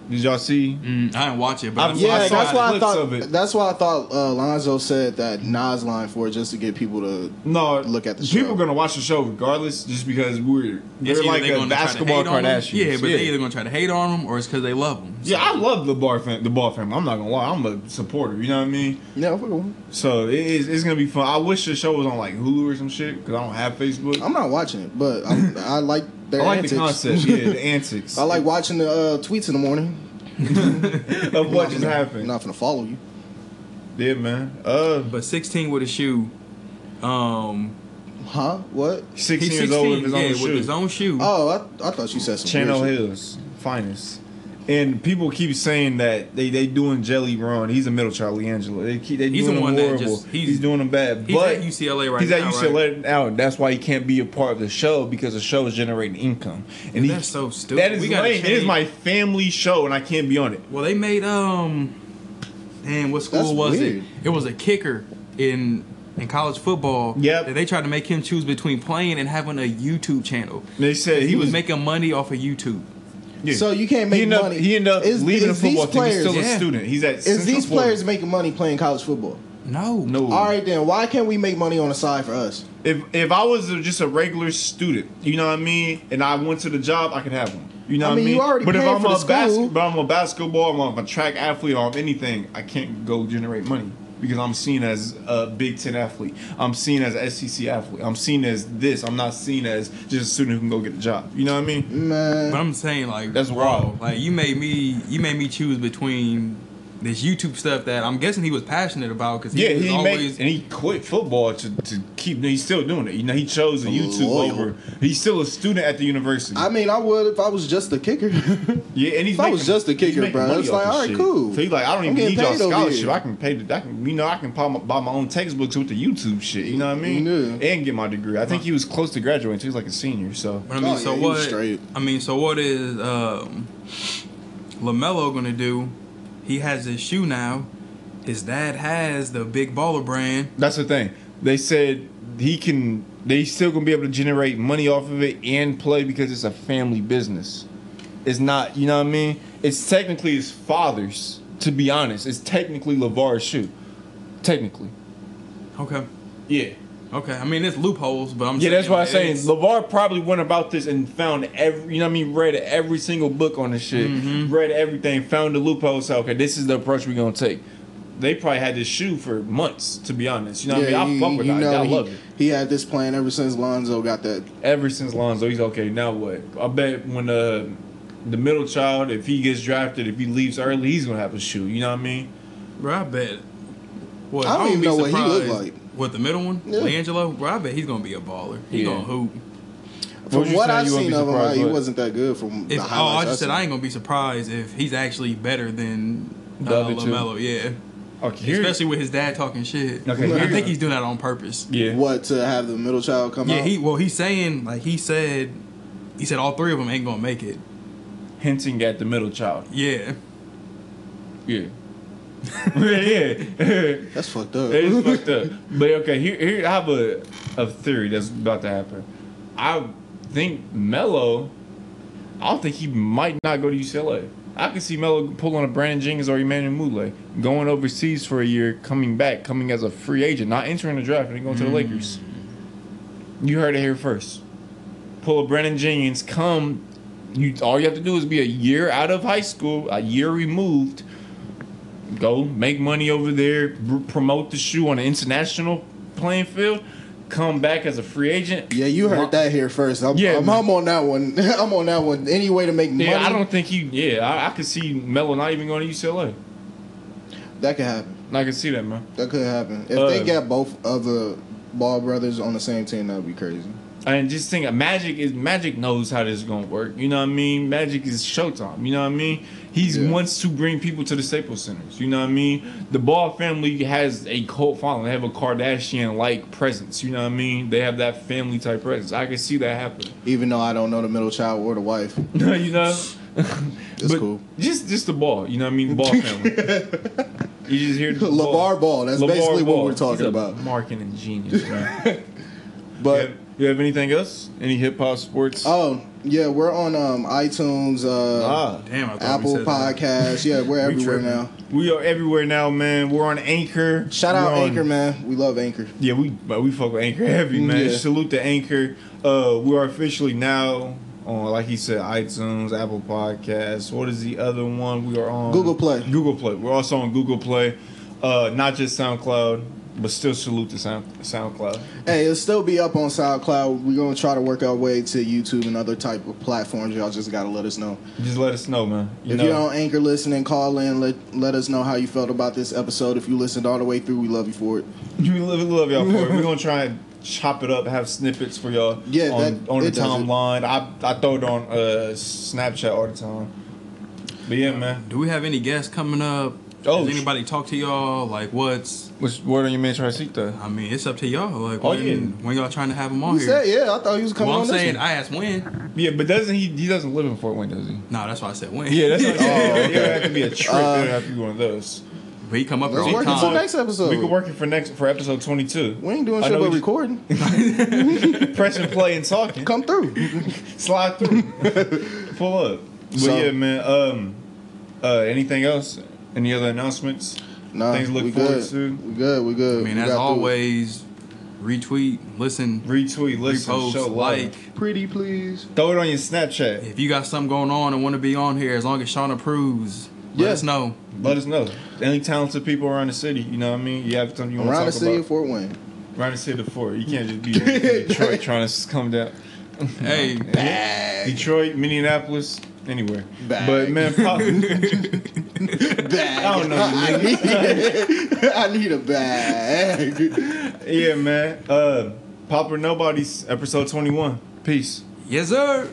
S1: Did y'all see?
S3: Mm, I didn't watch it, but I,
S1: I've-
S3: I
S2: Yeah,
S1: saw
S2: that's why I
S1: clips
S2: thought.
S1: of it.
S2: That's why I thought uh, Lonzo said that Nas line for it just to get people to.
S1: No,
S2: Look at the
S1: people
S2: show.
S1: gonna watch the show regardless, just because we're
S3: It's
S1: they're
S3: either
S1: like
S3: they
S1: a
S3: gonna try to
S1: basketball
S3: hate on 'em.
S1: Kardashians.
S3: Yeah, but they either gonna try to hate on him or it's because they love him.
S1: Yeah, I love the bar fam- the ball family. I'm not gonna lie, I'm a supporter. You know what I mean?
S2: Yeah, fuck it.
S1: So it is, it's gonna be fun. I wish the show was on like Hulu or some shit because I don't have Facebook.
S2: I'm not watching it, but I,
S1: [LAUGHS]
S2: I like
S1: I
S2: their
S1: like
S2: antics.
S1: the concept. Yeah, the antics
S2: [LAUGHS] I like watching the uh, tweets in the morning.
S1: of what
S2: [LAUGHS] I'm
S1: just
S2: not gonna-
S1: happened.
S2: I'm not gonna follow you.
S1: Yeah, man. Uh,
S3: But 16 with a shoe. Um,
S2: Huh? What?
S1: six
S3: he's
S1: years old with his
S3: yeah,
S1: own
S3: with
S1: shoe.
S3: his own shoe.
S2: Oh, I, I thought you said some
S1: Channel
S2: weird shit.
S1: Hills finest. And people keep saying that they they doing Jelly wrong. He's a middle child, Leangelo. They keep they
S3: He's
S1: doing
S3: the one
S1: him
S3: that
S1: horrible.
S3: just-
S1: he's,
S3: he's-
S1: doing him bad.
S3: he's
S1: but
S3: at UCLA right
S1: he's
S3: now,
S1: at
S3: right?
S1: UCLA now. That's why he can't be a part of the show because the show is generating income. And he,
S3: that's so stupid.
S1: that is
S3: We gotta
S1: lame. It is
S3: change-
S1: my family show, and I can't be on it.
S3: Well, they made um, damn, what school
S2: That's
S3: was
S2: weird.
S3: it? It was a kicker in in college football.
S1: Yep.
S3: that they tried to make him choose between playing and having a YouTube channel.
S1: They said
S3: He, was, making money off of YouTube.
S1: yeah.
S2: So you can't make
S1: he ended up,
S2: money.
S1: He ended up
S2: Is-
S1: leaving
S2: is
S1: the football
S2: these
S1: team. He's
S2: players-
S1: still a
S3: Yeah.
S1: student. He's at
S2: Is
S1: Central
S2: these
S1: Florida.
S2: players making money playing college football?
S3: No,
S1: No,
S2: All right, then why can't we make money on the side for us?
S1: If if I was a- just a regular student, you know what I mean, and I went to the job, I could have one. You know
S2: I
S1: what I
S2: mean,
S1: mean?
S2: you already
S1: but if
S2: paying
S1: I'm
S2: for
S1: a
S2: the school.
S1: but I'm a basketball, I'm a track athlete, or I'm anything, I can't go generate money because I'm seen as a Big Ten athlete. I'm seen as a SEC athlete. I'm seen as this. I'm not seen as just a student who can go get a job. You know what I mean?
S2: Man,
S3: but I'm saying like
S1: That's wild.
S3: Like you made me, you made me choose between this YouTube stuff that I'm guessing he was passionate about because he
S1: Yeah,
S3: was
S1: he made
S3: always
S1: and he quit football to, to keep. He's still doing it. You know, he chose the YouTube
S2: Loyal.
S1: over. He's still a student at the university.
S2: I mean, I would if I was just a kicker.
S1: Yeah, and he's
S2: If I was just a
S1: he's
S2: kicker,
S1: making
S2: bro,
S1: money
S2: it's
S1: off
S2: like,
S1: this
S2: all right,
S1: shit.
S2: cool.
S1: So he's like, I don't
S2: I'm
S1: even
S2: getting
S1: need y'all
S2: paid over
S1: scholarship.
S2: here.
S1: I can pay. The, I can, you know, I can buy my, buy my own textbooks with the YouTube shit. You know what I mean?
S2: Yeah.
S1: And get my degree. I think he was close to graduating. So he's like a senior. So
S3: But I mean,
S2: Oh,
S3: so
S2: yeah, he was
S3: what?
S2: straight.
S3: I mean, so what is um, Lamelo gonna do? He has his shoe now. His dad has the big baller brand.
S4: That's the thing. They said he can. They still gonna be able to generate money off of it and play because it's a family business. It's not. You know what I mean? It's technically his father's. To be honest, it's technically Lavar's shoe. Technically.
S3: Okay.
S4: Yeah.
S3: Okay. I mean, it's loopholes, but I'm
S4: Yeah, that's why I'm
S3: like,
S4: saying
S3: it's-
S4: LeVar probably went about this and found every, you know what I mean, read every single book on this shit, read everything, found the loophole. So, okay, this is the approach we're going to take. They probably had this shoe for months, to be honest. You know what
S2: [LAUGHS]
S4: I mean? I fuck with
S2: you
S4: that. I
S2: he,
S4: love it.
S2: he had this plan ever since Lonzo got that.
S4: Ever since Lonzo, he's okay. Now what? I bet when uh, the middle child, if he gets drafted, if he leaves early, he's going to have a shoe. You know what I mean?
S3: Bro, I bet. Boy,
S2: I don't
S3: wouldn't
S2: even
S3: be
S2: know what he look
S3: surprised.
S2: like.
S3: What the middle one,
S2: Yeah.
S3: D'Angelo? Bro, I bet he's gonna be a baller. He
S4: Yeah.
S3: gonna hoop.
S4: would
S2: From
S4: you
S2: what
S4: say
S2: I've
S4: you wouldn't
S2: seen
S4: be
S2: of him,
S4: surprised
S2: he
S4: with?
S2: wasn't that good. From
S3: If
S2: the
S3: oh,
S2: highlights
S3: I just said
S2: seen.
S3: I ain't gonna be surprised if he's actually better than
S4: The
S3: uh,
S4: other two.
S3: Lamelo. Yeah,
S4: Okay, here-
S3: especially with his dad talking shit.
S4: Okay,
S3: I
S4: here-
S3: think he's doing that on purpose.
S4: yeah.
S2: What to have the middle child come
S3: Yeah,
S2: out?
S3: he well, he's saying like he said, he said all three of them ain't gonna make it.
S4: Hinting at the middle child.
S3: Yeah,
S4: Yeah. [LAUGHS] yeah. [LAUGHS]
S2: That's fucked up.
S4: It is fucked up. [LAUGHS] But okay, here, here I have a, a theory that's about to happen. I think Melo, I don't think he might not go to UCLA. I could see Melo pulling a Brandon Jenkins or Emmanuel Mulee, going overseas for a year, coming back, coming as a free agent, not entering the draft, and then going to the Lakers. You heard it here first. Pull a Brandon Jenkins, come. You all you have to do is be a year out of high school, a year removed, go make money over there, r- promote the shoe on an international playing field, come back as a free agent.
S2: Yeah, you heard that here first. I'm,
S4: Yeah,
S2: I'm,
S4: man.
S2: I'm on that one. [LAUGHS] I'm on that one. Any way to make money,
S4: Yeah, I don't think he. Yeah, I, I could see Melo not even going to UCLA.
S2: that could happen.
S4: I could see that, man.
S2: That could happen. If
S4: Uh,
S2: they got both of the Ball brothers on the same team, that'd be crazy.
S4: And just think, Magic is Magic knows how this is gonna work. You know what I mean? Magic is Showtime. You know what I mean? He
S2: Yeah.
S4: wants to bring people to the Staples Centers. You know what I mean? The Ball family has a cult following. They have a Kardashian-like presence. You know what I mean? They have that family type presence. I can see that happen.
S2: Even though I don't know the middle child or the wife,
S4: [LAUGHS] you know.
S2: it's cool.
S4: Just just the ball, you know what I mean? Ball family.
S2: [LAUGHS]
S4: you just hear the
S2: LeVar Ball, that's basically what we're talking
S4: He's a
S2: about.
S4: Marketing genius, man. you,
S2: But
S4: have, you have anything else? Any hip hop sports?
S2: oh yeah, we're on um, iTunes, uh,
S4: ah.
S3: damn. I thought
S2: Apple
S3: we said that.
S2: Podcasts. Yeah,
S3: [LAUGHS]
S2: we're
S4: We
S2: everywhere
S4: tripping.
S2: now.
S4: We are everywhere now, man. We're on Anchor.
S2: Shout out
S4: We're on-
S2: Anchor, man. We love Anchor.
S4: Yeah, we but we fuck with Anchor heavy, man.
S2: Yeah.
S4: Salute to Anchor. Uh, we are officially now on, like he said, iTunes, Apple Podcasts. What is the other one we are on?
S2: Google Play.
S4: Google Play. We're also on Google Play. Uh, not just SoundCloud, but still salute to Sound SoundCloud.
S2: Hey, it'll still be up on SoundCloud. We're gonna try to work our way to YouTube and other type of platforms. Y'all just gotta let us know.
S4: Just let us know, man. You
S2: if
S4: know,
S2: you're on Anchor listening, call in. Let let us know how you felt about this episode. If you listened all the way through, we love you for it.
S4: we love, we love y'all for it.
S2: [LAUGHS]
S4: We're gonna try and chop it up, have snippets for y'all.
S2: Yeah,
S4: on,
S2: that-
S4: on the
S2: it does it.
S4: timeline. I I throw it on uh, Snapchat all the time. But yeah, man.
S3: Do we have any guests coming up?
S4: Oh,
S3: Does
S4: sh-
S3: anybody talk to y'all? Like, what's?
S4: Which word are you meant trying to seek though?
S3: I mean, it's up to y'all. Like,
S4: Oh,
S3: when,
S4: yeah.
S3: when y'all trying to have him on
S2: You
S3: here?
S2: said, yeah, I thought he was coming
S3: well,
S2: on
S3: I'm
S2: this
S3: saying
S2: one.
S3: I asked when.
S4: Yeah, but doesn't he? He doesn't live in Fort Wayne, does he?
S3: No, that's why I said when.
S4: Yeah, that's not.
S2: Oh,
S4: oh,
S2: okay.
S4: yeah, that could be a trick.
S2: Uh,
S4: that could be one of those.
S3: [LAUGHS] But he come up
S2: Let's
S3: here all
S2: work
S3: the
S2: into
S3: time.
S2: next episode.
S4: We could work it for next for episode twenty two.
S2: We ain't doing
S4: I
S2: shit
S4: know
S2: but
S4: we-
S2: recording.
S4: Press and play and talking.
S2: Come through.
S4: Slide
S2: [LAUGHS]
S4: through. Pull up. But
S2: So-
S4: yeah, man. Um, uh, anything else? Any other announcements?
S2: Nah,
S4: Things to look
S2: we
S4: forward
S2: good.
S4: to.
S2: We good. We good.
S3: I mean,
S2: We
S3: as
S2: got through.
S3: always, retweet, listen,
S4: Retweet, listen, show
S3: repost,
S4: like,
S3: like.
S2: pretty please.
S4: throw it on your Snapchat.
S3: If you got something going on and want to be on here, as long as Sean approves, let
S2: Yeah.
S3: us know.
S4: Let us know. Any talented people around the city, you know what I mean. You have something you want to
S2: Around the
S4: talk
S2: city
S4: about.
S2: of Fort Wayne.
S4: around the city of Fort. You can't just be in Detroit trying to come down.
S3: Hey,
S2: [LAUGHS] Bag.
S4: Detroit, Minneapolis, anywhere.
S2: Bag.
S4: But man, pop, [LAUGHS]
S2: Bag.
S4: I don't know,
S2: I need, [LAUGHS] I need a bag.
S4: yeah, man. Uh, Popper Nobody's episode twenty one. Peace.
S3: yes, sir.